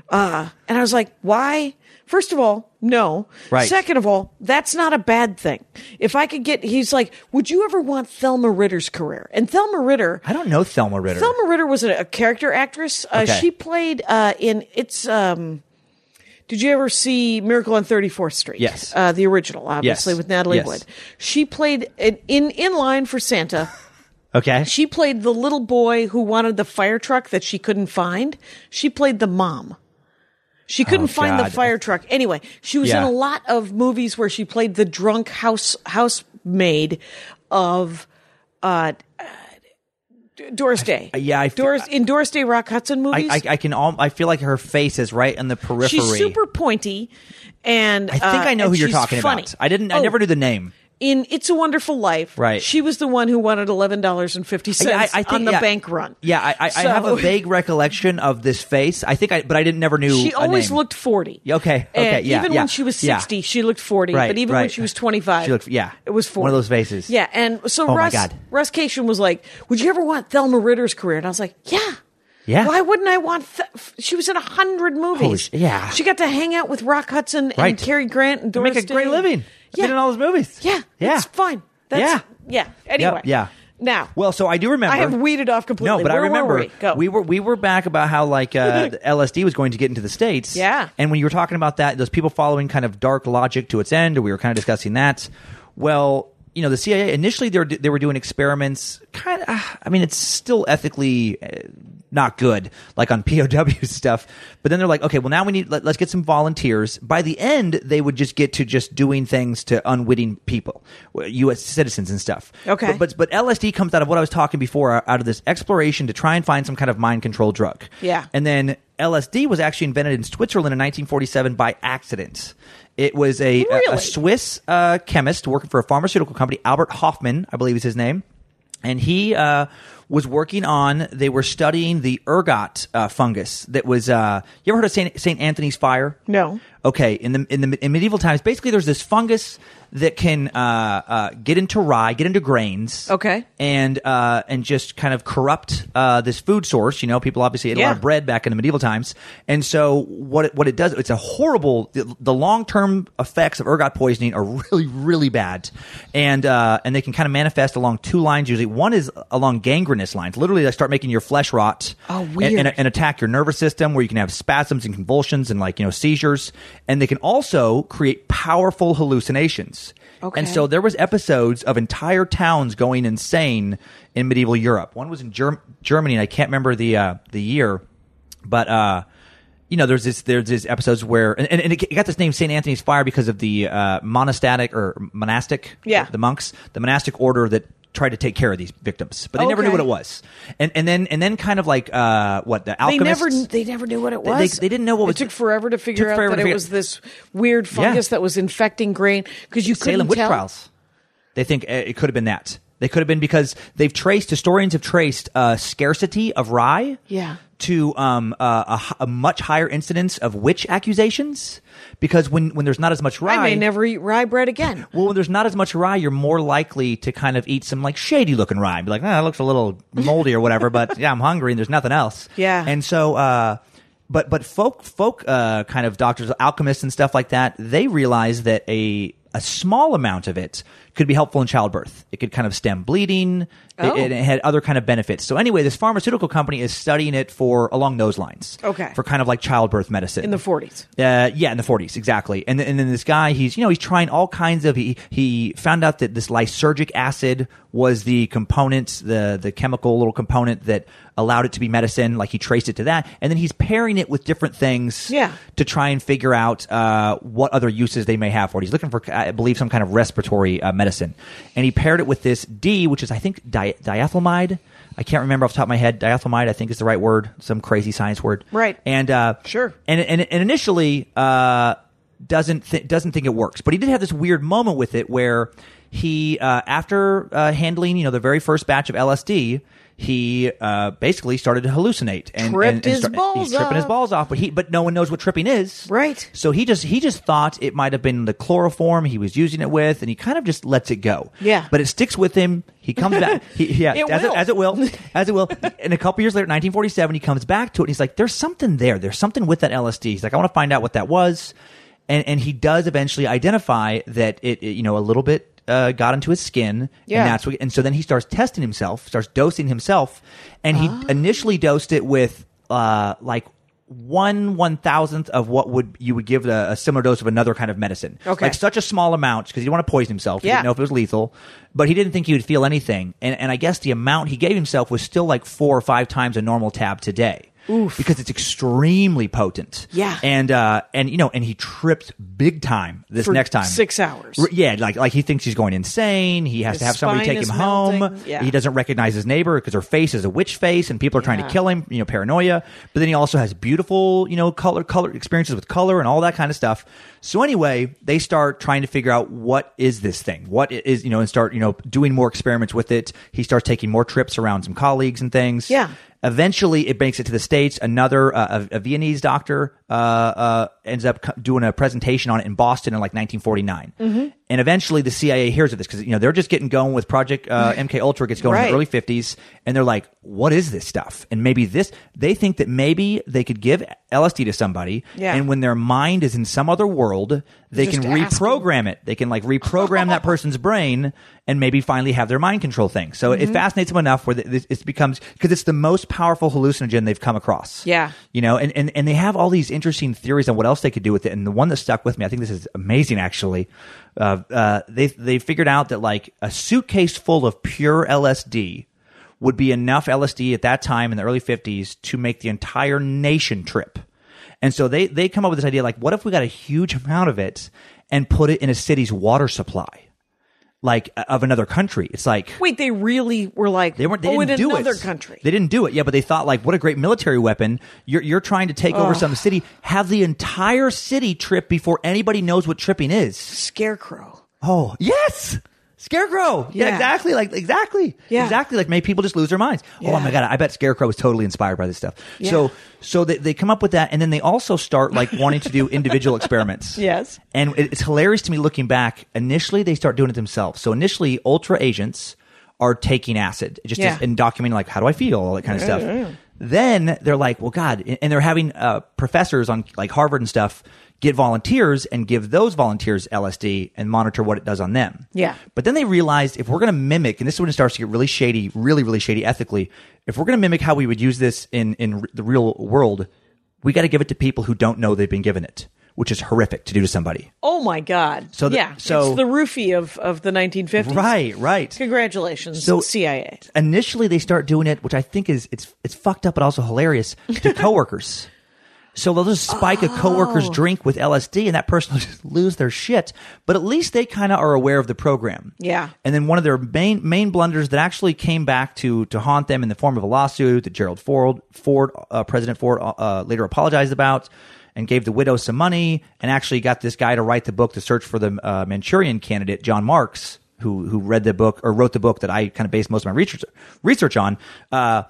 uh, and I was like, "Why?" First of all, no. Right. Second of all, that's not a bad thing. If I could get, he's like, would you ever want Thelma Ritter's career? And Thelma Ritter, I don't know Thelma Ritter. Thelma Ritter was a, a character actress. Uh, Okay. She played uh, in it's. Um, did you ever see Miracle on 34th Street? Yes. Uh, the original, obviously, Yes. with Natalie Yes. Wood. She played in, in in line for Santa. Okay. She played the little boy who wanted the fire truck that she couldn't find. She played the mom. She couldn't Oh, find the God. fire truck. Anyway, she was in Yeah. a lot of movies where she played the drunk house housemaid of uh, uh, Doris Day. yeah, I f- Doris in Doris Day Rock Hudson I, movies. I, I can all. I feel like her face is right in the periphery. she's super pointy, and I think I know who you're talking funny. about. I didn't. I Oh, never knew the name. in It's a Wonderful Life, Right. She was the one who wanted eleven dollars and fifty Yeah, cents on the yeah. bank run. Yeah, I, I, I have a So- vague recollection of this face. I think I, but I didn't never knew. She a always name. looked 40. Yeah, okay, And okay, yeah, Even yeah, when she was yeah. 60, she looked 40. Right, but even when right. she was 25, She looked- yeah. it was 40. One of those faces. Yeah. And so Oh, my Russ, God. Russ Cation was like, Would you ever want Thelma Ritter's career? And I was like, Yeah. Yeah. Why wouldn't I want? Th- f- she was in a hundred movies. sh- yeah. She got to hang out with Rock Hudson and Right. Cary Grant and Doris Make a great Day. living. Yeah. Been in all those movies. yeah. yeah. It's fine. That's, yeah. Yeah. Anyway. yeah. Now. Well, so I do remember. I have weeded off completely. No, but Where I were remember we? Go. were we were back about how like uh, the LSD was going to get into the states. Yeah. and when you were talking about that, those people following kind of dark logic to its end, we were kind of discussing that. Well, you know, the CIA initially they were, they were doing experiments. Kind of, uh, I mean, it's still ethically uh, not good, like on POW stuff. But then they're like, okay, well now we need let, let's get some volunteers. By the end, they would just get to just doing things to unwitting people, U.S. citizens and stuff. Okay. but, but but LSD comes out of what I was talking before, out of this exploration to try and find some kind of mind control drug. Yeah. And then LSD was actually invented in Switzerland in 1947 by accident. It was a, a- a Really? Swiss uh, chemist working for a pharmaceutical company, Albert Hoffman, I believe is his name. And he uh, was working on, they were studying the ergot uh, fungus that was, uh, you ever heard of St. Saint Anthony's fire? No. Okay, in the in the in medieval times, basically there's this fungus that can uh, uh, get into rye, get into grains. Okay. and uh, and just kind of corrupt uh, this food source. You know, people obviously ate a Yeah. lot of bread back in the medieval times, and so what it, what it does, it's a horrible. The, the long term effects of ergot poisoning are really really bad, and uh, and they can kind of manifest along two lines. Usually, one is along gangrenous lines. Literally, they start making your flesh rot. Oh, and- weird. and- and attack your nervous system where you can have spasms and convulsions and like you know seizures and they can also create powerful hallucinations Okay. and so there was episodes of entire towns going insane in medieval europe one was in Germ- germany and i can't remember the uh, the year but uh you know, there's this there's these episodes where and, and it got this name Saint Anthony's Fire because of the uh, monastic or monastic, Yeah. the monks, the monastic order that tried to take care of these victims, but they never knew Okay. what it was. And and then and then kind of like uh, what the they never alchemists- they never knew what it They- was. they- they didn't know what it was- took forever to figure took out forever that to figure- it was this weird fungus that was infecting grain because you couldn't Salem witch tell. trials. They think uh, it could have been that. They could have been because they've traced historians have traced uh, scarcity of rye Yeah. to um, uh, a h- a, much higher incidence of witch accusations because when, when there's not as much rye I may never eat rye bread again. well when there's not as much rye you're more likely to kind of eat some like shady looking rye and be like ah, that looks a little moldy or whatever but yeah I'm hungry and there's nothing else Yeah. and so uh, but but folk folk uh, kind of doctors alchemists and stuff like that they realize that a a small amount of it could be helpful in childbirth. It could kind of stem bleeding. It- Oh. It, it had other kind of benefits. So anyway, this pharmaceutical company is studying it for along those lines. Okay. For kind of like childbirth medicine In the 40s. uh, yeah, in the 40s, exactly. And th- and then this guy, he's you know he's trying all kinds of. He he found out that this lysergic acid was the component, the the chemical little component that allowed it to be medicine. Like he traced it to that, and then he's pairing it with different things. Yeah. To try and figure out uh, what other uses they may have for it. He's looking for, I believe, some kind of respiratory uh, medicine, and he paired it with this D, which is I think di- diethylamide. I can't remember off the top of my head. Diethylamide, I think, is the right word. Some crazy science word. Right. And uh, Sure. and and, and initially uh, doesn't th- doesn't think it works, but he did have this weird moment with it where he uh, after uh, handling you know the very first batch of LSD. He uh, basically started to hallucinate and, Tripped and- and his start- balls he's tripping his off. balls off, but he but no one knows what tripping is, Right. So he just he just thought it might have been the chloroform he was using it with, and he kind of just lets it go. Yeah. but it sticks with him. He comes back. He, yeah, It as, will. as it will, as it will. And a couple years later, 1947, he comes back to it and he's like, "There's something there. There's something with that LSD." He's like, "I want to find out what that was." and and he does eventually identify that it, it, you know a little bit. Uh, got into his skin, Yeah. and that's what. And so then he starts testing himself, starts dosing himself, and he Oh. initially dosed it with uh, like one one thousandth of what would you would give a, a similar dose of another kind of medicine. Okay. like such a small amount because he didn't want to poison himself. He Yeah. didn't know if it was lethal, but he didn't think he would feel anything. And, and I guess the amount he gave himself was still like four or five times a normal tab today. Because it's extremely potent. Yeah. And, uh, and, you know, and he tripped big time this For next time. six hours. R- yeah. Like, like he thinks he's going insane. He has His to have somebody spine take is him home. melting. Yeah. He doesn't recognize his neighbor because her face is a witch face and people are trying to Yeah. kill him, you know, paranoia. But then he also has beautiful, you know, color, color experiences with color and all that kind of stuff. So anyway, they start trying to figure out what is this thing? What i- is, you know, and start, you know, doing more experiments with it. He starts taking more trips around some colleagues and things. Yeah. Eventually, it makes it to the states. Another uh, a, a Viennese doctor uh, uh, ends up co- doing a presentation on it in Boston in like 1949, Mm-hmm. and eventually the CIA hears of this because you know they're just getting going with Project uh, MK Ultra gets going in Right. the early 50s, and they're like, "What is this stuff?" And maybe this they think that maybe they could give LSD to somebody, Yeah. and when their mind is in some other world, they Just can ask 'em. reprogram program it. They can like reprogram that person's brain and maybe finally have their mind control thing. So it fascinates them enough where th- this- it becomes because it's the most powerful hallucinogen they've come across. Yeah. You know, and, and, and they have all these interesting theories on what else they could do with it. And the one that stuck with me, I think this is amazing actually. Uh, uh, they, they figured out that like a suitcase full of pure LSD would be enough LSD at that time in the early 50s to make the entire nation trip. And so they, they come up with this idea like, what if we got a huge amount of it and put it in a city's water supply, like uh, of another country? It's like, Wait, they really were like they weren't. They oh, didn't in do another it. country. They didn't do it. Yeah, but they thought like, what a great military weapon! You're you're trying to take over some city. Have the entire city trip before anybody knows what tripping is. Scarecrow. Oh yes, Scarecrow. Yeah, Yeah. exactly. Like exactly. Yeah. exactly. Like make people just lose their minds. Oh Yeah. my god! I bet Scarecrow was totally inspired by this stuff. So so they they come up with that, and then they also start like wanting to do individual experiments. Yes. And it- it's hilarious to me looking back. Initially, they start doing it themselves. So initially, ultra agents are taking acid, just Yeah. as- and documenting like how do I feel, all that kind of stuff. Then they're like, well, God, and- and they're having uh, professors on like Harvard and stuff get volunteers and give those volunteers LSD and monitor what it does on them. Yeah. But then they realized if we're going to mimic, and this is when it starts to get really shady, really, really shady ethically. If we're going to mimic how we would use this in in r- the real world, we got to give it to people who don't know they've been given it, which is horrific to do to somebody. Oh my God. So the- yeah, so- it's the roofie of of the 1950s. Right, right. Congratulations, So- CIA. initially they start doing it, which I think is it's it's fucked up but also hilarious to coworkers. So they'll just spike a coworker's drink with LSD, and that person will just lose their shit. But at least they kind of are aware of the program. Yeah. And then one of their main main blunders that actually came back to to haunt them in the form of a lawsuit that Gerald Ford Ford uh, President Ford uh, later apologized about. And gave the widow some money, and actually got this guy to write the book to search for the uh, Manchurian candidate, John Marks, who who read the book or wrote the book that I kind of based most of my research research on. Uh,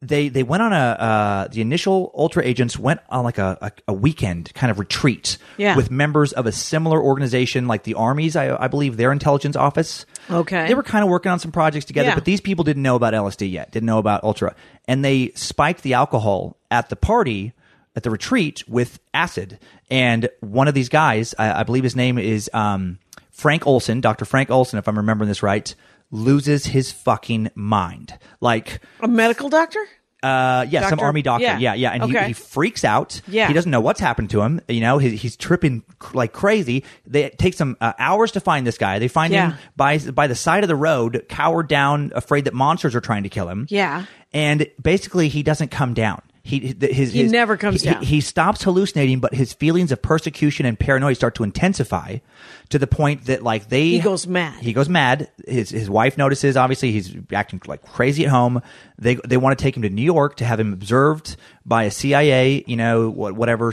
they they went on a uh, the initial ultra agents went on like a, a, a weekend kind of retreat Yeah. with members of a similar organization like the armies I, I believe their intelligence office Okay. they were kind of working on some projects together Yeah. but these people didn't know about LSD yet didn't know about ultra and they spiked the alcohol at the party at the retreat with acid and one of these guys I, I believe his name is um, Frank Olson Dr Frank Olson if I'm remembering this right loses his fucking mind like A medical doctor? uh, yeah, some Doctor- army doctor. Yeah, yeah. yeah, and Okay. he, he freaks out. Yeah. he doesn't know what's happened to him. You know, he, he's tripping cr- like crazy. They it takes them uh, hours to find this guy. They find Yeah. him by by the side of the road, cowered down, afraid that monsters are trying to kill him. Yeah. and basically he doesn't come down. He th- his, He his- never comes he- down. He, he stops hallucinating, but his feelings of persecution and paranoia start to intensify to the point that like they He goes mad. He goes mad. His his wife notices. Obviously, he's acting like crazy at home. They they want to take him to New York to have him observed by a CIA, you know, wha- whatever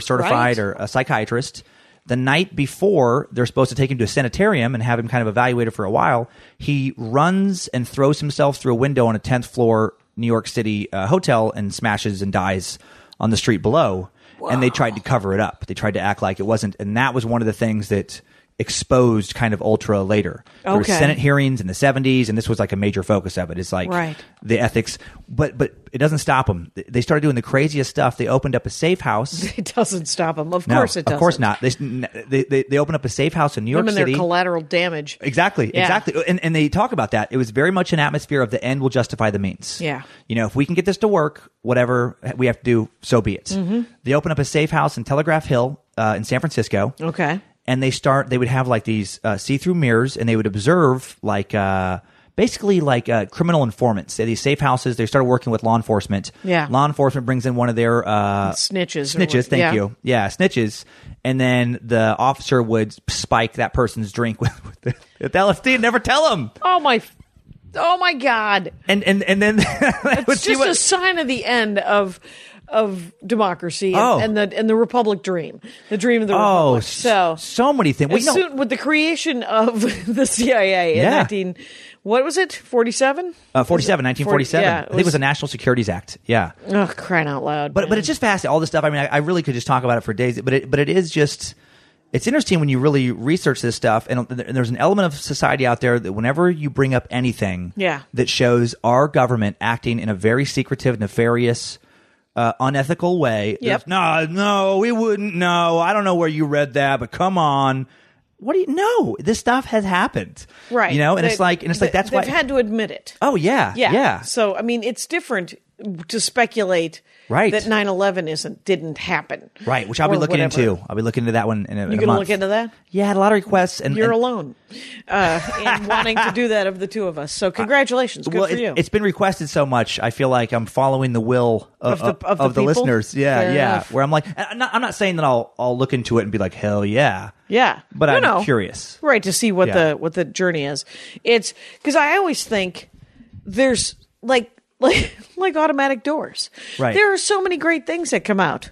Right. certified or a psychiatrist. The night before they're supposed to take him to a sanitarium and have him kind of evaluated for a while, he runs and throws himself through a window on a tenth floor New York City uh, hotel and smashes and dies on the street below. And they tried to cover it up. They tried to act like it wasn't, and that was one of the things that exposed kind of ultra later. There were Okay. Senate hearings in the 70s, and this was like a major focus of it. It's like Right. the ethics, but but it doesn't stop them. They started doing the craziest stuff. They opened up a safe house. It doesn't stop them. Of No, course it doesn't. Of course not. They, they, they, they opened up a safe house in New York Them and their City. collateral damage. Exactly, Yeah. exactly. And, and they talk about that. It was very much an atmosphere of the end will justify the means. Yeah. You know, if we can get this to work, whatever we have to do, so be it. Mm-hmm. They open up a safe house in Telegraph Hill uh, in San Francisco. Okay. And they start, they would have like these uh, see through mirrors and they would observe like, uh, Basically, like uh, criminal informants. They had these safe houses. They started working with law enforcement. Yeah. Law enforcement brings in one of their uh, Snitches. or snitches. what- thank yeah. you. Yeah, snitches. And then the officer would spike that person's drink with, with, the, with the LSD and never tell him. Oh my. Oh my God. And and and then would It's see just what- a sign of the end of of democracy and, Oh. and the and the republic dream, the dream of the oh republic. s- So so many things. We as know soon- with the creation of the CIA in Yeah. 19, what was it, 47? uh, 47, Forty- 1947. yeah, I think it was a National Securities Act. Yeah. Oh, crying out loud. But but man. it's just fascinating. All this stuff. I mean, I, I really could just talk about it for days. But it but it is just. It's interesting when you really research this stuff, and th- there's an element of society out there that whenever you bring up anything, Yeah. that shows our government acting in a very secretive, nefarious, uh, unethical way. Yep. there's, No, no, we wouldn't. No, I don't know where you read that, but come on. What do you know? This stuff has happened, right. You know, and it's They- like, and it's like they- that's why. they've had to admit it. oh yeah, yeah. yeah. So I mean, it's different to speculate Right. that 9/11 isn't didn't happen. Right, which I'll be or looking whatever. into. I'll be looking into that one in You a, in a gonna month. look into that? Yeah, I had a lot of requests, and You're and- alone uh, in wanting to do that of the two of us. So congratulations, good well, for it, you. has been requested so much. I feel like I'm following the will of, Of the- of the people? listeners. Yeah, Fair yeah. enough. Where I'm like, and I'm not, I'm not saying that I'll I'll look into it and be like, hell yeah, Yeah, But No, I'm no. curious. right? To see what Yeah. the what the journey is. It's because I always think there's like like like automatic doors. Right. There are so many great things that come out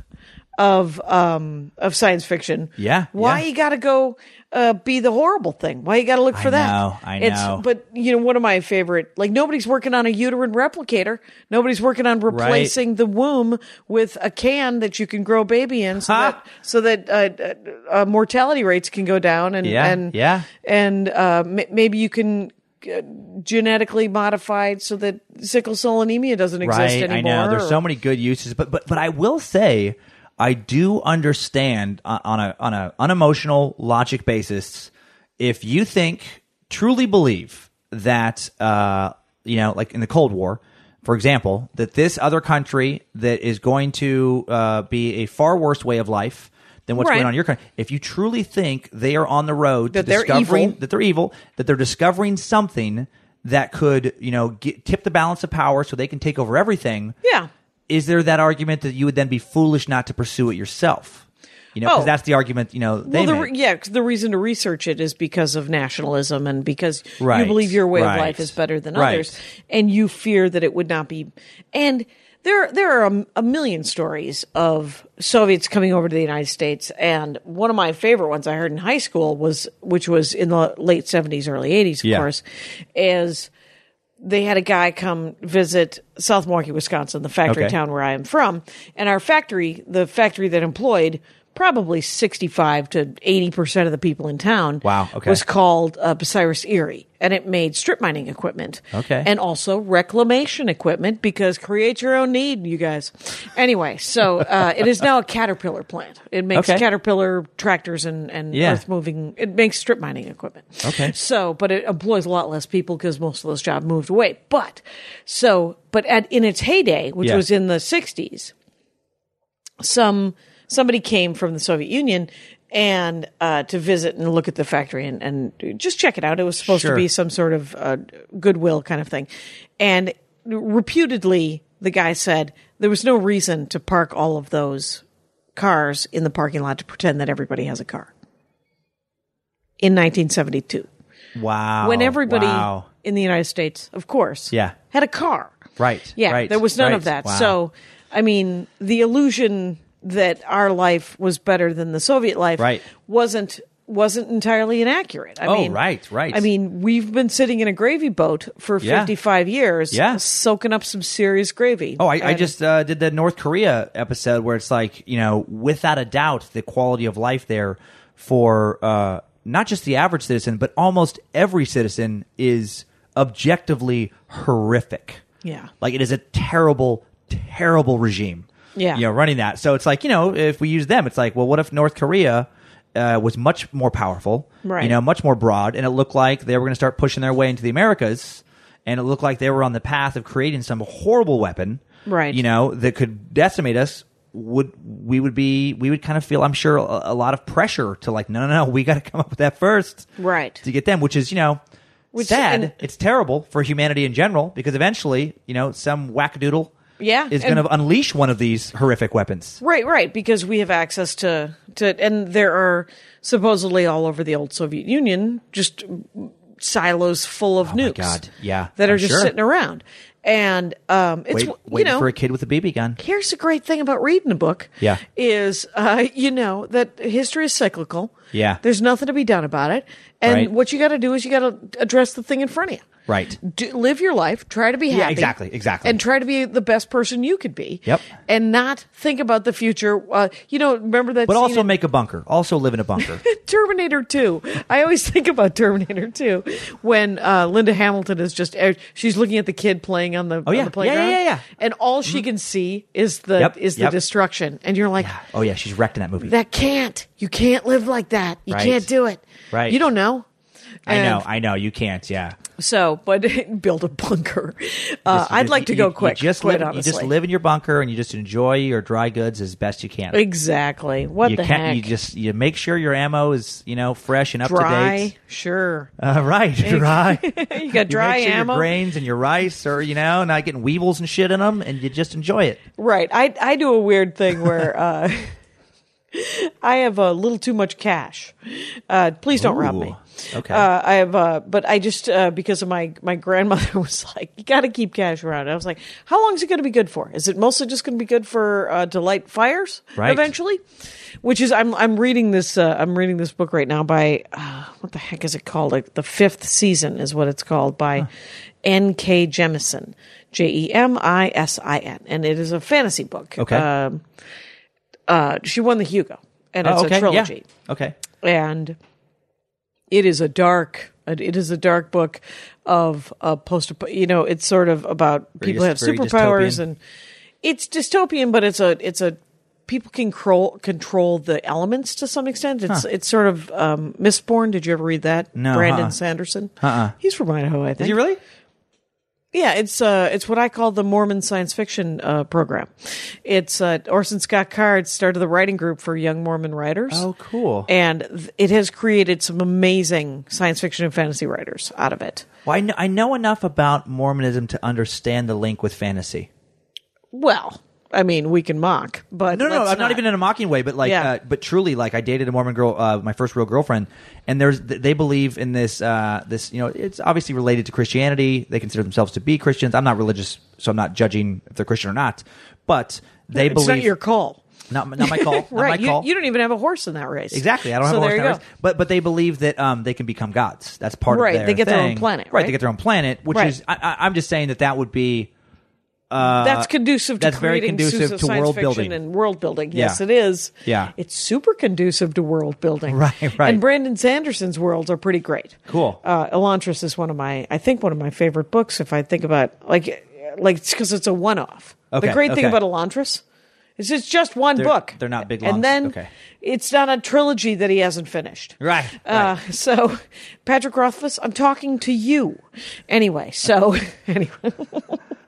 of um of science fiction. Yeah, Why yeah. you got to go uh, be the horrible thing? Why you got to look for that? know, I know. But you know, one of my favorite like nobody's working on a uterine replicator. Nobody's working on replacing the womb with a can that you can grow baby in, so Ha! that so that uh, uh, uh, mortality rates can go down and Yeah, and yeah. and uh, m- maybe you can uh, genetically modify it so that sickle cell anemia doesn't exist right? anymore. I know. There's or- so many good uses, but but but I will say, I do understand on, on a on a unemotional logic basis. If you think truly believe that uh, you know, like in the Cold War, for example, that this other country that is going to uh, be a far worse way of life than what's Right. going on in your country. If you truly think they are on the road That to they're discovering evil. that they're evil, that they're discovering something that could, you know, get, tip the balance of power so they can take over everything. Yeah. Is there that argument that you would then be foolish not to pursue it yourself? You know, because Oh. that's the argument, you know, they Well, the re- make. yeah, 'cause the reason to research it is because of nationalism and because you Right, believe your way right, of life is better than right. others, and you fear that it would not be. And there, there are a, a million stories of Soviets coming over to the United States, and one of my favorite ones I heard in high school was, which was in the late seventies, early eighties, of Yeah. course, is they had a guy come visit South Milwaukee, Wisconsin, the factory Okay. town where I am from. And our factory, the factory that employed probably 65 to 80% of the people in town, Wow, okay. was called uh, Bucyrus Erie. And it made strip mining equipment. Okay. And also reclamation equipment because create your own need, you guys. Anyway, so uh, it is now a Caterpillar plant. It makes Okay. Caterpillar tractors and, and Yeah. earth moving, it makes strip mining equipment. Okay. So, but it employs a lot less people because most of those jobs moved away. But so, but at in its heyday, which Yeah. was in the '60s, some somebody came from the Soviet Union and uh, to visit and look at the factory and, and just check it out. It was supposed to Sure. be some sort of uh, goodwill kind of thing, and reputedly, the guy said there was no reason to park all of those cars in the parking lot to pretend that everybody has a car. In 1972 wow. when everybody Wow. in the United States, of course, Yeah. had a car. Right, Yeah. right, There was none of right. that. Wow. So, I mean, the illusion that our life was better than the Soviet life Right. wasn't wasn't entirely inaccurate. I Oh, mean, right, right. I mean, we've been sitting in a gravy boat for Yeah. 55 years, Yeah. soaking up some serious gravy. Oh, I, I just uh, did the North Korea episode where it's like you know, without a doubt, the quality of life there for uh, not just the average citizen, but almost every citizen is objectively horrific. Yeah. Like it is a terrible, terrible regime. Yeah. You know, running that. So it's like, you know, if we use them, it's like, well, what if North Korea uh, was much more powerful, Right. you know, much more broad, and it looked like they were going to start pushing their way into the Americas, and it looked like they were on the path of creating some horrible weapon, Right. You know, that could decimate us. Would we would be we would kind of feel I'm sure a, a lot of pressure to like no no no we got to come up with that first Right. to get them which is you know Which- sad and- it's terrible for humanity in general because eventually you know some wackadoodle Yeah, is and- going to unleash one of these horrific weapons Right, right, because we have access to to and there are supposedly all over the old Soviet Union just silos full of nukes. Oh God, yeah, That are I'm just sure. sitting around. And um it's wait you waiting know for a kid with a BB gun here's the great thing about reading a book Yeah. is uh, you know that history is cyclical Yeah. there's nothing to be done about it and Right. what you got to do is you got to address the thing in front of you Right. do, live your life try to be happy exactly, exactly. and try to be the best person you could be Yep. and not think about the future uh, you know remember that but scene also in- make a bunker also live in a bunker Terminator 2. I always think about Terminator 2 when uh, Linda Hamilton is just eh, she's looking at the kid playing on the, Oh, yeah. on Yeah, the playground. yeah, yeah. And all she can see is the Yep, is the yep. destruction. And you're like oh yeah she's wrecked in that movie that can't. You can't live like that. You Right. can't do it. Right. You don't know. I And know I know you can't yeah So, but build a bunker. Uh, You I'd just- like to you- go you quick. just quite live, you just honestly. live in your bunker and you just enjoy your dry goods as best you can Exactly. What you the can't heck? you just you make sure your ammo is you know fresh and up to dry. date Sure. uh, right dry You got dry you make sure ammo. your grains and your rice are you know not getting weevils and shit in them and you just enjoy it Right. I I do a weird thing where uh, I have a little too much cash. Uh, please don't rob Ooh, me. okay. Uh, I have, uh, but I just uh, because of my my grandmother was like, you got to keep cash around. I was like, how long is it going to be good for? Is it mostly just going to be good for uh, to light fires Right. eventually? Which is I'm I'm reading this uh, I'm reading this book right now by uh, what the heck is it called? Like, the fifth season is what it's called by N K Jemison J E M I S I N, and it is a fantasy book. Okay. Um, uh, she won the Hugo, and it's oh, okay a trilogy yeah. okay and it is a dark it is a dark book of a post you know it's sort of about Very people dy- have very superpowers dystopian. and it's dystopian but it's a it's a people can control control the elements to some extent it's it's sort of um Mistborn did you ever read that No, Brandon uh-uh. Sanderson uh-uh. he's from Idaho I think is he really yeah, it's uh, it's what I call the Mormon science fiction uh, program. It's uh, Orson Scott Card started the writing group for young Mormon writers. Oh, cool. And th- it has created some amazing science fiction and fantasy writers out of it. well I know, I know enough about mormonism to understand the link with fantasy Well, I mean, we can mock, but No, no, let's I'm not even in a mocking way, but like, Yeah. uh, but truly, like, I dated a Mormon girl, uh, my first real girlfriend, and there's th- they believe in this, uh, this, you know, it's obviously related to Christianity. They consider themselves to be Christians. I'm not religious, so I'm not judging if they're Christian or not, but they it's believe not your call, not, not my call, not right? my you, call. you don't even have a horse in that race. Exactly. I don't have so a horse there you in that go. race. But but they believe that um, they can become gods. That's part Right, of their they get their own thing. planet, Right. right? They get their own planet, which Right. is I, I, I'm just saying that that would be that's conducive to Uh, that's very creating conducive su- to science world fiction building. and world building. Yeah. Yes, it is. Yeah. it's super conducive to world building. Right, right. And Brandon Sanderson's worlds are pretty great. Cool. Uh, Elantris is one of my, I think, one of my favorite books. If I think about like, like because it's a one-off. Okay, the great thing okay. about Elantris is it's just one They're- book. they're not big longs. and then Okay. it's not a trilogy that he hasn't finished. Right, Uh, So, Patrick Rothfuss, I'm talking to you. Anyway, so anyway.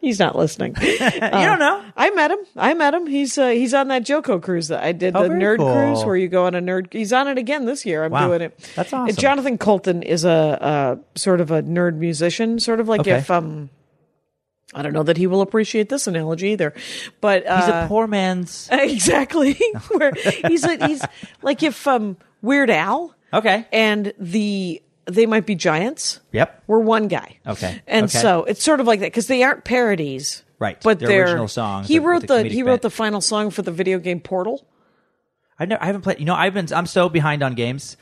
He's not listening. Uh, you don't know. I met him. I met him. He's uh, he's on that Joko cruise that I did, Oh, the very nerd cool. cruise where you go on a nerd. He's on it again this year. I'm Wow. doing it. That's And awesome. Jonathan Colton is a uh, sort of a nerd musician, sort of like Okay. if um, I don't know that he will appreciate this analogy either, but uh, He's a poor man's. exactly where he's a, he's like if um Weird Al Okay. and the they might be giants. Yep. We're one guy. Okay. And Okay. so it's sort of like that because they aren't parodies, Right. But They're they're, original songs He with- wrote with the the, comedic he wrote bent. the final song for the video game Portal. I never, I haven't played. You know, I've been. I'm so behind on games.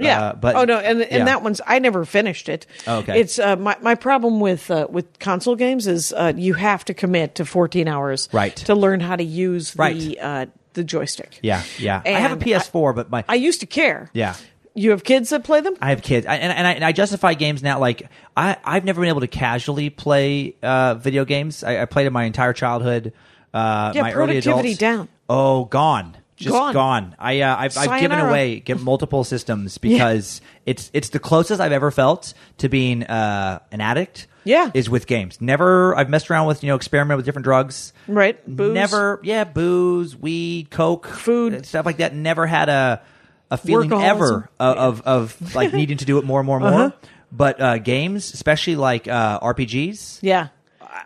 Yeah, Uh, but oh no, and and yeah. Oh, that one's I never finished it. Okay. it's uh, my my problem with uh, with console games is uh, you have to commit to 14 hours Right. to learn how to use Right. the uh, the joystick. Yeah, yeah. I have a And PS4, but my I used to care. yeah. You have kids that play them? I have kids, I, and, and, I, and I justify games now. Like I, I've never been able to casually play uh, video games. I, I played in my entire childhood. Uh, Yeah, my early productivity adults. down. Oh, gone. Just Gone. gone. I uh, I've, I've given Sayonara. away give multiple systems because it's it's the closest I've ever felt to being uh, an addict. Yeah. is with games. Never I've messed around with you know experimented with different drugs. Right. Booze. Never, yeah, booze, weed, coke, Food. stuff like that. Never had a a feeling Workaholism. ever of, of of like needing to do it more and more and more. Uh-huh. But uh, games, especially like uh, RPGs, Yeah.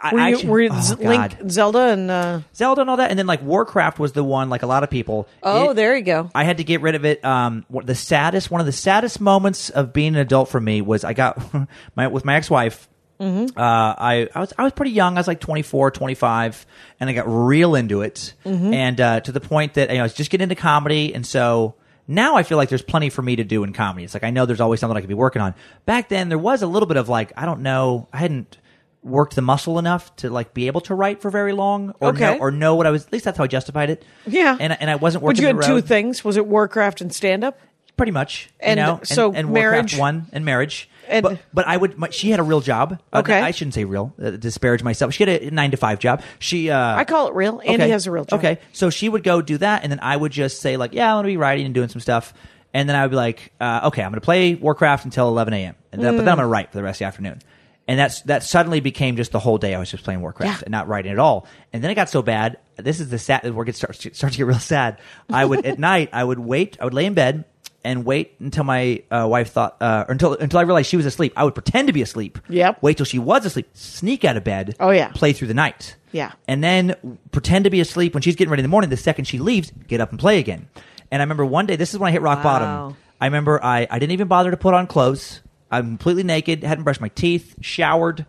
I, Were I you, actually- were you oh, Z- God. Link, Zelda, and uh, Zelda and all that, and then like Warcraft was the one. Like a lot of people. oh, it- there you go. I had to get rid of it. Um, wh- the saddest, one of the saddest moments of being an adult for me was I got my with my ex wife. Mm-hmm. Uh, I, I was I was pretty young. I was like 24, 25, and I got real into it, Mm-hmm. and uh, to the point that you know, I was just getting into comedy, and so now I feel like there's plenty for me to do in comedy. It's like I know there's always something I could be working on. Back then, there was a little bit of like I don't know, I hadn't worked the muscle enough to like be able to write for very long, or Okay. know, or know what I was. At least that's how I justified it. Yeah. and and I wasn't But working. you had the two road things. Was it Warcraft and stand up? pretty much. And you know, so and, and marriage- Warcraft one and marriage. And- but but I would. My, she had a real job. Uh, Okay. I shouldn't say real. Uh, disparage myself. She had a nine to five job. She. Uh, I call it real. Andy has a real job. Okay, so she would go do that, and then I would just say like, "Yeah, I'm gonna be writing and doing some stuff," and then I would be like, uh, "Okay, I'm gonna play Warcraft until 11 a.m., and then, but then I'm gonna write for the rest of the afternoon." And that's that suddenly became just the whole day. I was just playing Warcraft Yeah. and not writing at all. And then it got so bad. This is the sad. Where it starts to, starts to get real sad. I would at night. I would wait. I would lay in bed and wait until my uh, wife thought, uh, or until until I realized she was asleep. I would pretend to be asleep. Yep. Wait till she was asleep. Sneak out of bed. Oh, yeah. Play through the night Yeah. and then pretend to be asleep when she's getting ready in the morning. The second she leaves, get up and play again. And I remember one day, this is when I hit rock Wow. bottom. I remember I, I didn't even bother to put on clothes. I'm completely naked, hadn't brushed my teeth, showered,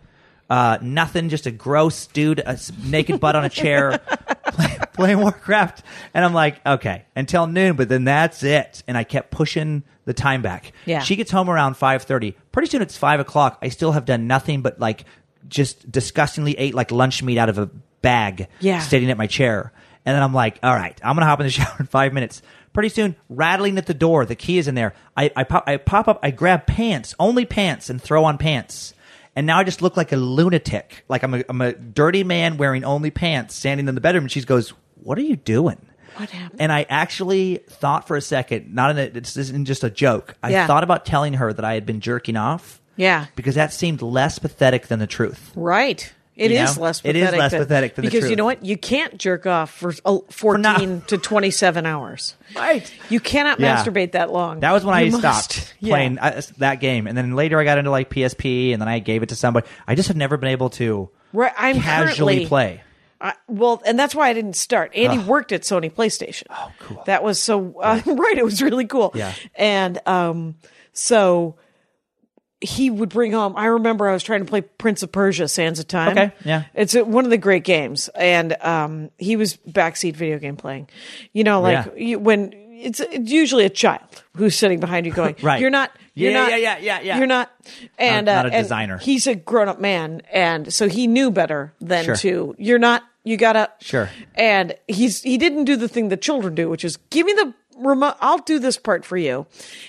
uh, nothing, just a gross dude, a s- naked butt on a chair, play, playing Warcraft. And I'm like, okay, until noon, but then that's it. And I kept pushing the time back. Yeah. She gets home around 5.30. Pretty soon it's 5 o'clock. I still have done nothing but like just disgustingly ate like lunch meat out of a bag Yeah. sitting at my chair. And then I'm like, all right, I'm going to hop in the shower in five minutes. Pretty soon, rattling at the door, the key is in there. I, I, pop, I pop up, I grab pants, only pants, and throw on pants. And now I just look like a lunatic. Like I'm a, I'm a dirty man wearing only pants, standing in the bedroom. And she goes, what are you doing? What happened? And I actually thought for a second, not in a, it's this isn't just a joke. I Yeah. thought about telling her that I had been jerking off. Yeah. Because that seemed less pathetic than the truth. Right. It You is know? less It pathetic. is less than, pathetic than the because you truth. know what? You can't jerk off for uh, For not- 14 to 27 hours. Right. You cannot Yeah. masturbate that long. That was when You I stopped must- Yeah. playing uh, that game, and then later I got into like PSP, and then I gave it to somebody. I just have never been able to Right, I'm currently- casually play. I, well, and that's why I didn't start. Andy worked at Sony PlayStation. Oh, cool. That was so uh, right. It was really cool. Yeah. And um, so he would bring home. I remember I was trying to play Prince of Persia: Sands of Time. Okay, yeah. It's a, one of the great games, and um, he was backseat video game playing. You know, like Yeah. you, when it's, it's usually a child who's sitting behind you going, Right. You're not. You're Yeah, not. yeah, yeah, yeah, yeah. You're not. And Not- not uh, a and designer. He's a grown up man, and so he knew better than Sure. to you. You're not. You gotta. Sure. And he's he didn't do the thing that children do, which is give me the remote. I'll do this part for you.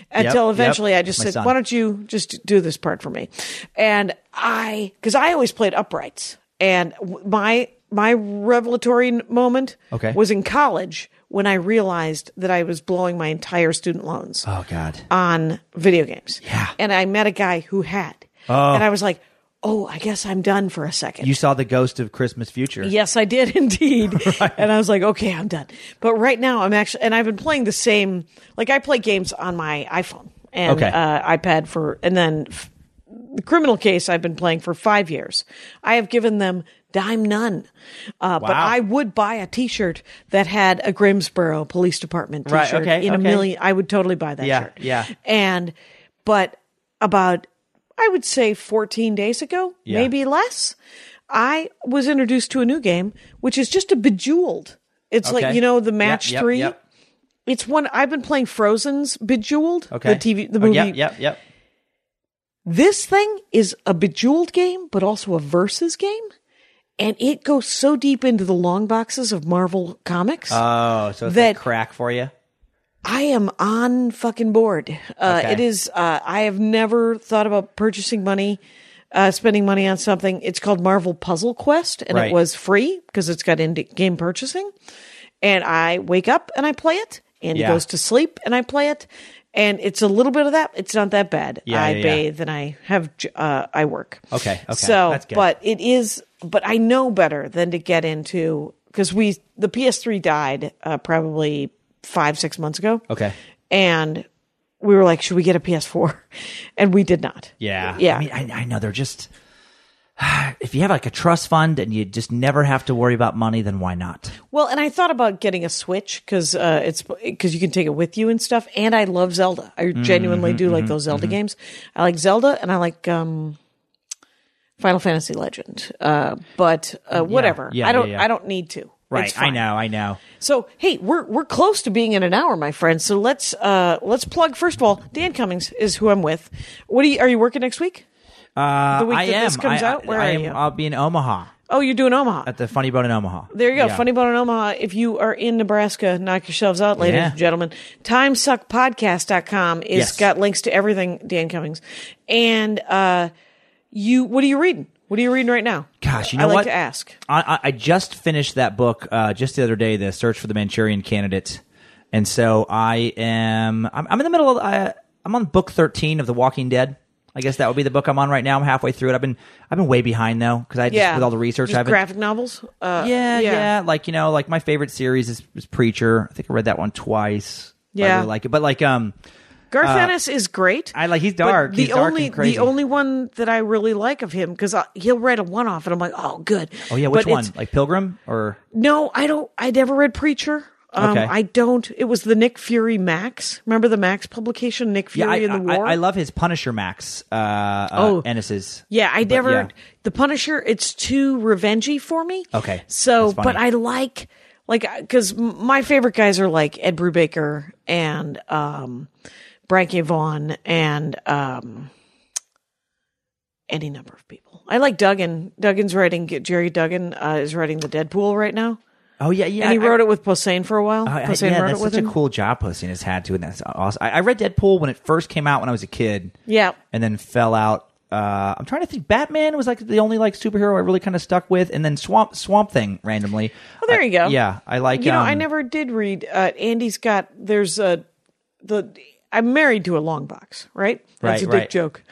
Until yep. eventually, I just My said, son. "Why don't you just do this part for me?" And I, because I always played uprights, and w- my my revelatory n- moment Okay. was in college when I realized that I was blowing my entire student loans Oh God, on video games. Yeah. And I met a guy who had. Oh. And I was like, oh, I guess I'm done for a second. you saw the ghost of Christmas future. yes, I did indeed. And I was like, okay, I'm done. But right now I'm actually, and I've been playing the same, like I play games on my iPhone and Okay. uh, iPad for, and then f- the criminal case I've been playing for five years. I have given them dime none. Uh, But Wow. I would buy a T-shirt that had a Grimsboro Police Department T-shirt Right, okay, in a okay. million. I would totally buy that Yeah, shirt. yeah. And but about I would say 14 days ago, Yeah. maybe less, I was introduced to a new game which is just a bejeweled. It's like Okay. you know the Yep, match yep, three. yep. It's one I've been playing Frozen's Bejeweled, Okay. the TV, the Oh, movie. yep. Yep. Yep. This thing is a Bejeweled game, but also a versus game, and it goes so deep into the long boxes of Marvel comics. Oh, so it's That- like crack for you. I am on fucking board. Uh, Okay. It is. Uh, I have never thought about purchasing money, uh, spending money on something. It's called Marvel Puzzle Quest, and Right. it was free because it's got in game purchasing. And I wake up and I play it. Andy Yeah. goes to sleep and I play it. And it's a little bit of that. It's not that bad. Yeah, I yeah, yeah. bathe and I have j- uh, I work. Okay, okay, So, that's good. but it is. But I know better than to get into because we the PS3 died uh, probably five six months ago. Okay. and we were like, should we get a PS4? And we did not. Yeah. yeah. I mean, I, I know they're just. If you have like a trust fund and you just never have to worry about money, then why not? Well, and I thought about getting a Switch because uh, it's because you can take it with you and stuff. And I love Zelda. I Mm-hmm, genuinely do like those Zelda games. I like Zelda and I like um, Final Fantasy Legend. Uh, but uh, whatever. yeah, I don't. yeah, yeah. I don't need to. It's Right. I fine. know. I know. So hey, we're we're close to being in an hour, my friend. So let's uh, let's plug first of all. Dan Cummings is who I'm with. What are you, are you working next week? Uh, The week I that am. this comes I, out, where I are am, you? I'll be in Omaha Oh, you're doing Omaha. at the Funny Bone in Omaha. There you go. Yeah. Funny Bone in Omaha. If you are in Nebraska, knock yourselves out, ladies Yeah. and gentlemen. Timesuckpodcast.com is Yes. got links to everything, Dan Cummings. And uh you what are you reading? What are you reading right now? Gosh, you I know like what? to ask. I, I- I just finished that book uh, just the other day, The Search for the Manchurian Candidate, and so I am. I'm, I'm in the middle of. I, I'm on book 13 of The Walking Dead. I guess that would be the book I'm on right now. I'm halfway through it. I've been I've been way behind though because I just, Yeah. with all the research Just I've been graphic novels? Uh yeah, yeah. yeah, Like you know, like my favorite series is, is Preacher. I think I read that one twice. I Yeah. really like it. But like, um, Garth Ennis is great. I like- he's but dark. The He's dark only and crazy. the only one that I really like of him because he'll write a one off and I'm like, oh, good. oh yeah, But which it's- one? Like Pilgrim or No, I don't. I never read Preacher. Um, Okay. I don't. It was the Nick Fury Max. Remember the Max publication, Nick Fury I, in the I, War. I love his Punisher Max. Uh, uh Oh. Ennis's. Yeah, I But, never. yeah. The Punisher. It's too revengey for me. Okay, So, that's funny. but I like like because my favorite guys are like Ed Brubaker and um, Branky Vaughn and um, any number of people. I like Duggan. Duggan's writing. Jerry Duggan uh, is writing the Deadpool right now. Oh yeah, yeah. And he I- wrote it with Posehn for a while. I- I- Posehn yeah, wrote that's it with such him. a cool job posting has had to, and that's awesome. I, I read Deadpool when it first came out when I was a kid, Yeah. and then fell out. Uh, I'm trying to think. Batman was like the only like superhero I really kind of stuck with, and then Swamp Swamp Thing randomly. Oh, there you go. yeah, I like. You know, I um, never did read. Uh, Andy's got there's a the I'm married to a long box, right? That's Right, a dick right. joke.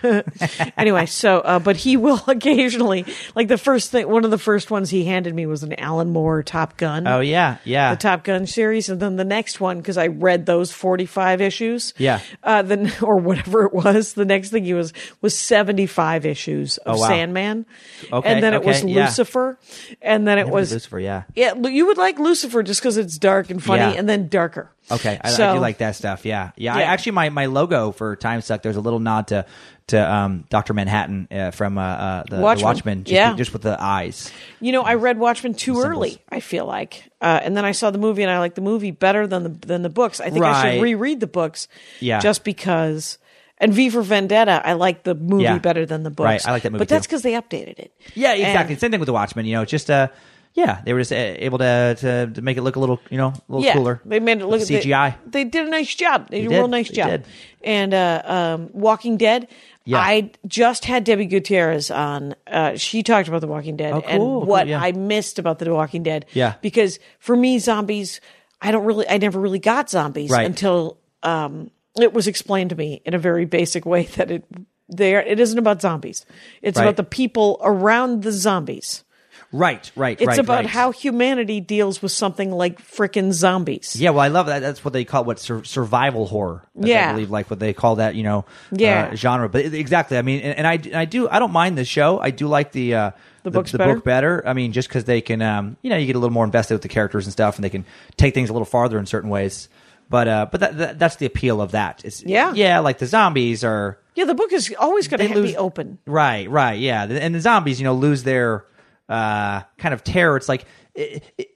anyway, so uh, but he will occasionally like the first thing. One of the first ones he handed me was an Alan Moore Top Gun. Oh yeah, yeah. The Top Gun series, and then the next one because I read those forty-five issues. Yeah. uh, then or whatever it was. The next thing he was was seventy-five issues of Oh, wow. Sandman, Okay, and then it was okay, yeah. Lucifer, and then it was Lucifer, yeah. yeah, Lu- you would like Lucifer just because it's dark and funny, Yeah. and then darker. Okay, I, I So- do like that stuff. Yeah, yeah. I, Yeah. actually, my, my logo for Time Suck. There's a little nod to to um, Doctor Manhattan uh, from uh, uh, the, Watchmen. the Watchmen. Just, Yeah. just with the eyes. You know, I read Watchmen too early. I feel like, uh, and then I saw the movie, and I like the movie better than the than the books. I think I should Right. reread the books, Yeah. just because. And V for Vendetta, I like the movie Yeah. better than the books. Right, I like that movie but that's too. because they updated it. Yeah, And- exactly. Same thing with the Watchmen. You know, it's just uh, yeah, they were just uh, able to, to to make it look a little you know a little cooler. They made it look With CGI. They, they did a nice job. They, did a did. real nice They job. did. And uh, um, Walking Dead. Yeah. I just had Debbie Gutierrez on. Uh, she talked about The Walking Dead Oh, cool, and what cool, yeah. I missed about The Walking Dead. Yeah. Because for me, zombies, I don't really, I never really got zombies Right. until um, it was explained to me in a very basic way that it there it isn't about zombies. It's Right. about the people around the zombies. right, right, It's right. about right. how humanity deals with something like frickin' zombies. Yeah, well, I love that. That's what they call what sur- survival horror. I think, Yeah. I believe like what they call that. You know, Yeah. uh, genre. But it- exactly, I mean, and, and I and I do I don't mind the show. I do like the uh, the, books the better? book better. I mean, just because they can, um, you know, you get a little more invested with the characters and stuff, and they can take things a little farther in certain ways. But uh, but that, that that's the appeal of that. It's Yeah. yeah, like the zombies are. Yeah, the book is always going They to lose- be open. Right, right, yeah. And the zombies, you know, lose their uh, kind of terror. It's like it, it,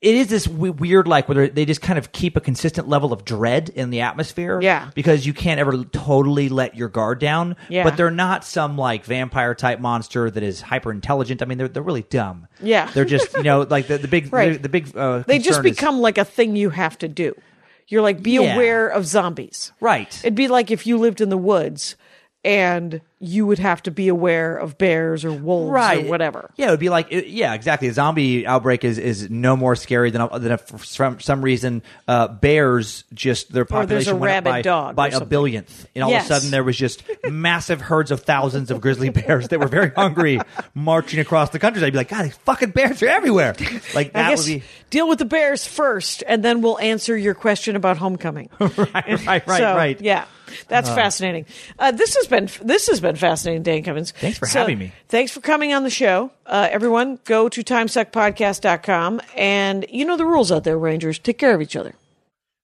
it is this we- weird, like where they just kind of keep a consistent level of dread in the atmosphere. Yeah. because you can't ever totally let your guard down. Yeah. but they're not some like vampire type monster that is hyper intelligent. I mean, they're they're really dumb. Yeah. they're just you know like the, the big Right. the, the big uh, They just concern is- become like a thing you have to do. You're like, be Yeah. aware of zombies. Right. It'd be like if you lived in the woods and you would have to be aware of bears or wolves or whatever. Yeah, it would be like it- yeah, exactly. A zombie outbreak is, is no more scary than a, than if for some some reason uh, bears just their Or there's a population went up rabid by, dog by or a something. billionth, and all Yes. of a sudden there was just massive herds of thousands of grizzly bears that were very hungry marching across the country. I'd be like, God, these fucking bears are everywhere. Like I that guess would be deal with the bears first, and then we'll answer your question about homecoming. right, right, right, So, right. Yeah, that's fascinating. Uh, this has been this has been fascinating, Dan Cummins. Thanks for having me. Thanks for coming on the show. Uh, everyone, go to timesuckpodcast.com. And you know the rules out there, Rangers. Take care of each other.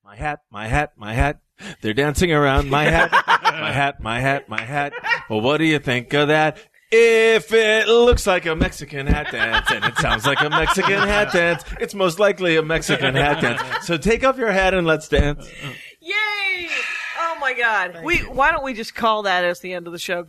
My hat, my hat, my hat. They're dancing around my hat, my hat, my hat, my hat. Well, what do you think of that? If it looks like a Mexican hat dance and it sounds like a Mexican hat dance, it's most likely a Mexican hat dance. So take off your hat and let's dance. Yay! Oh my God. we Why don't we just call that as the end of the show?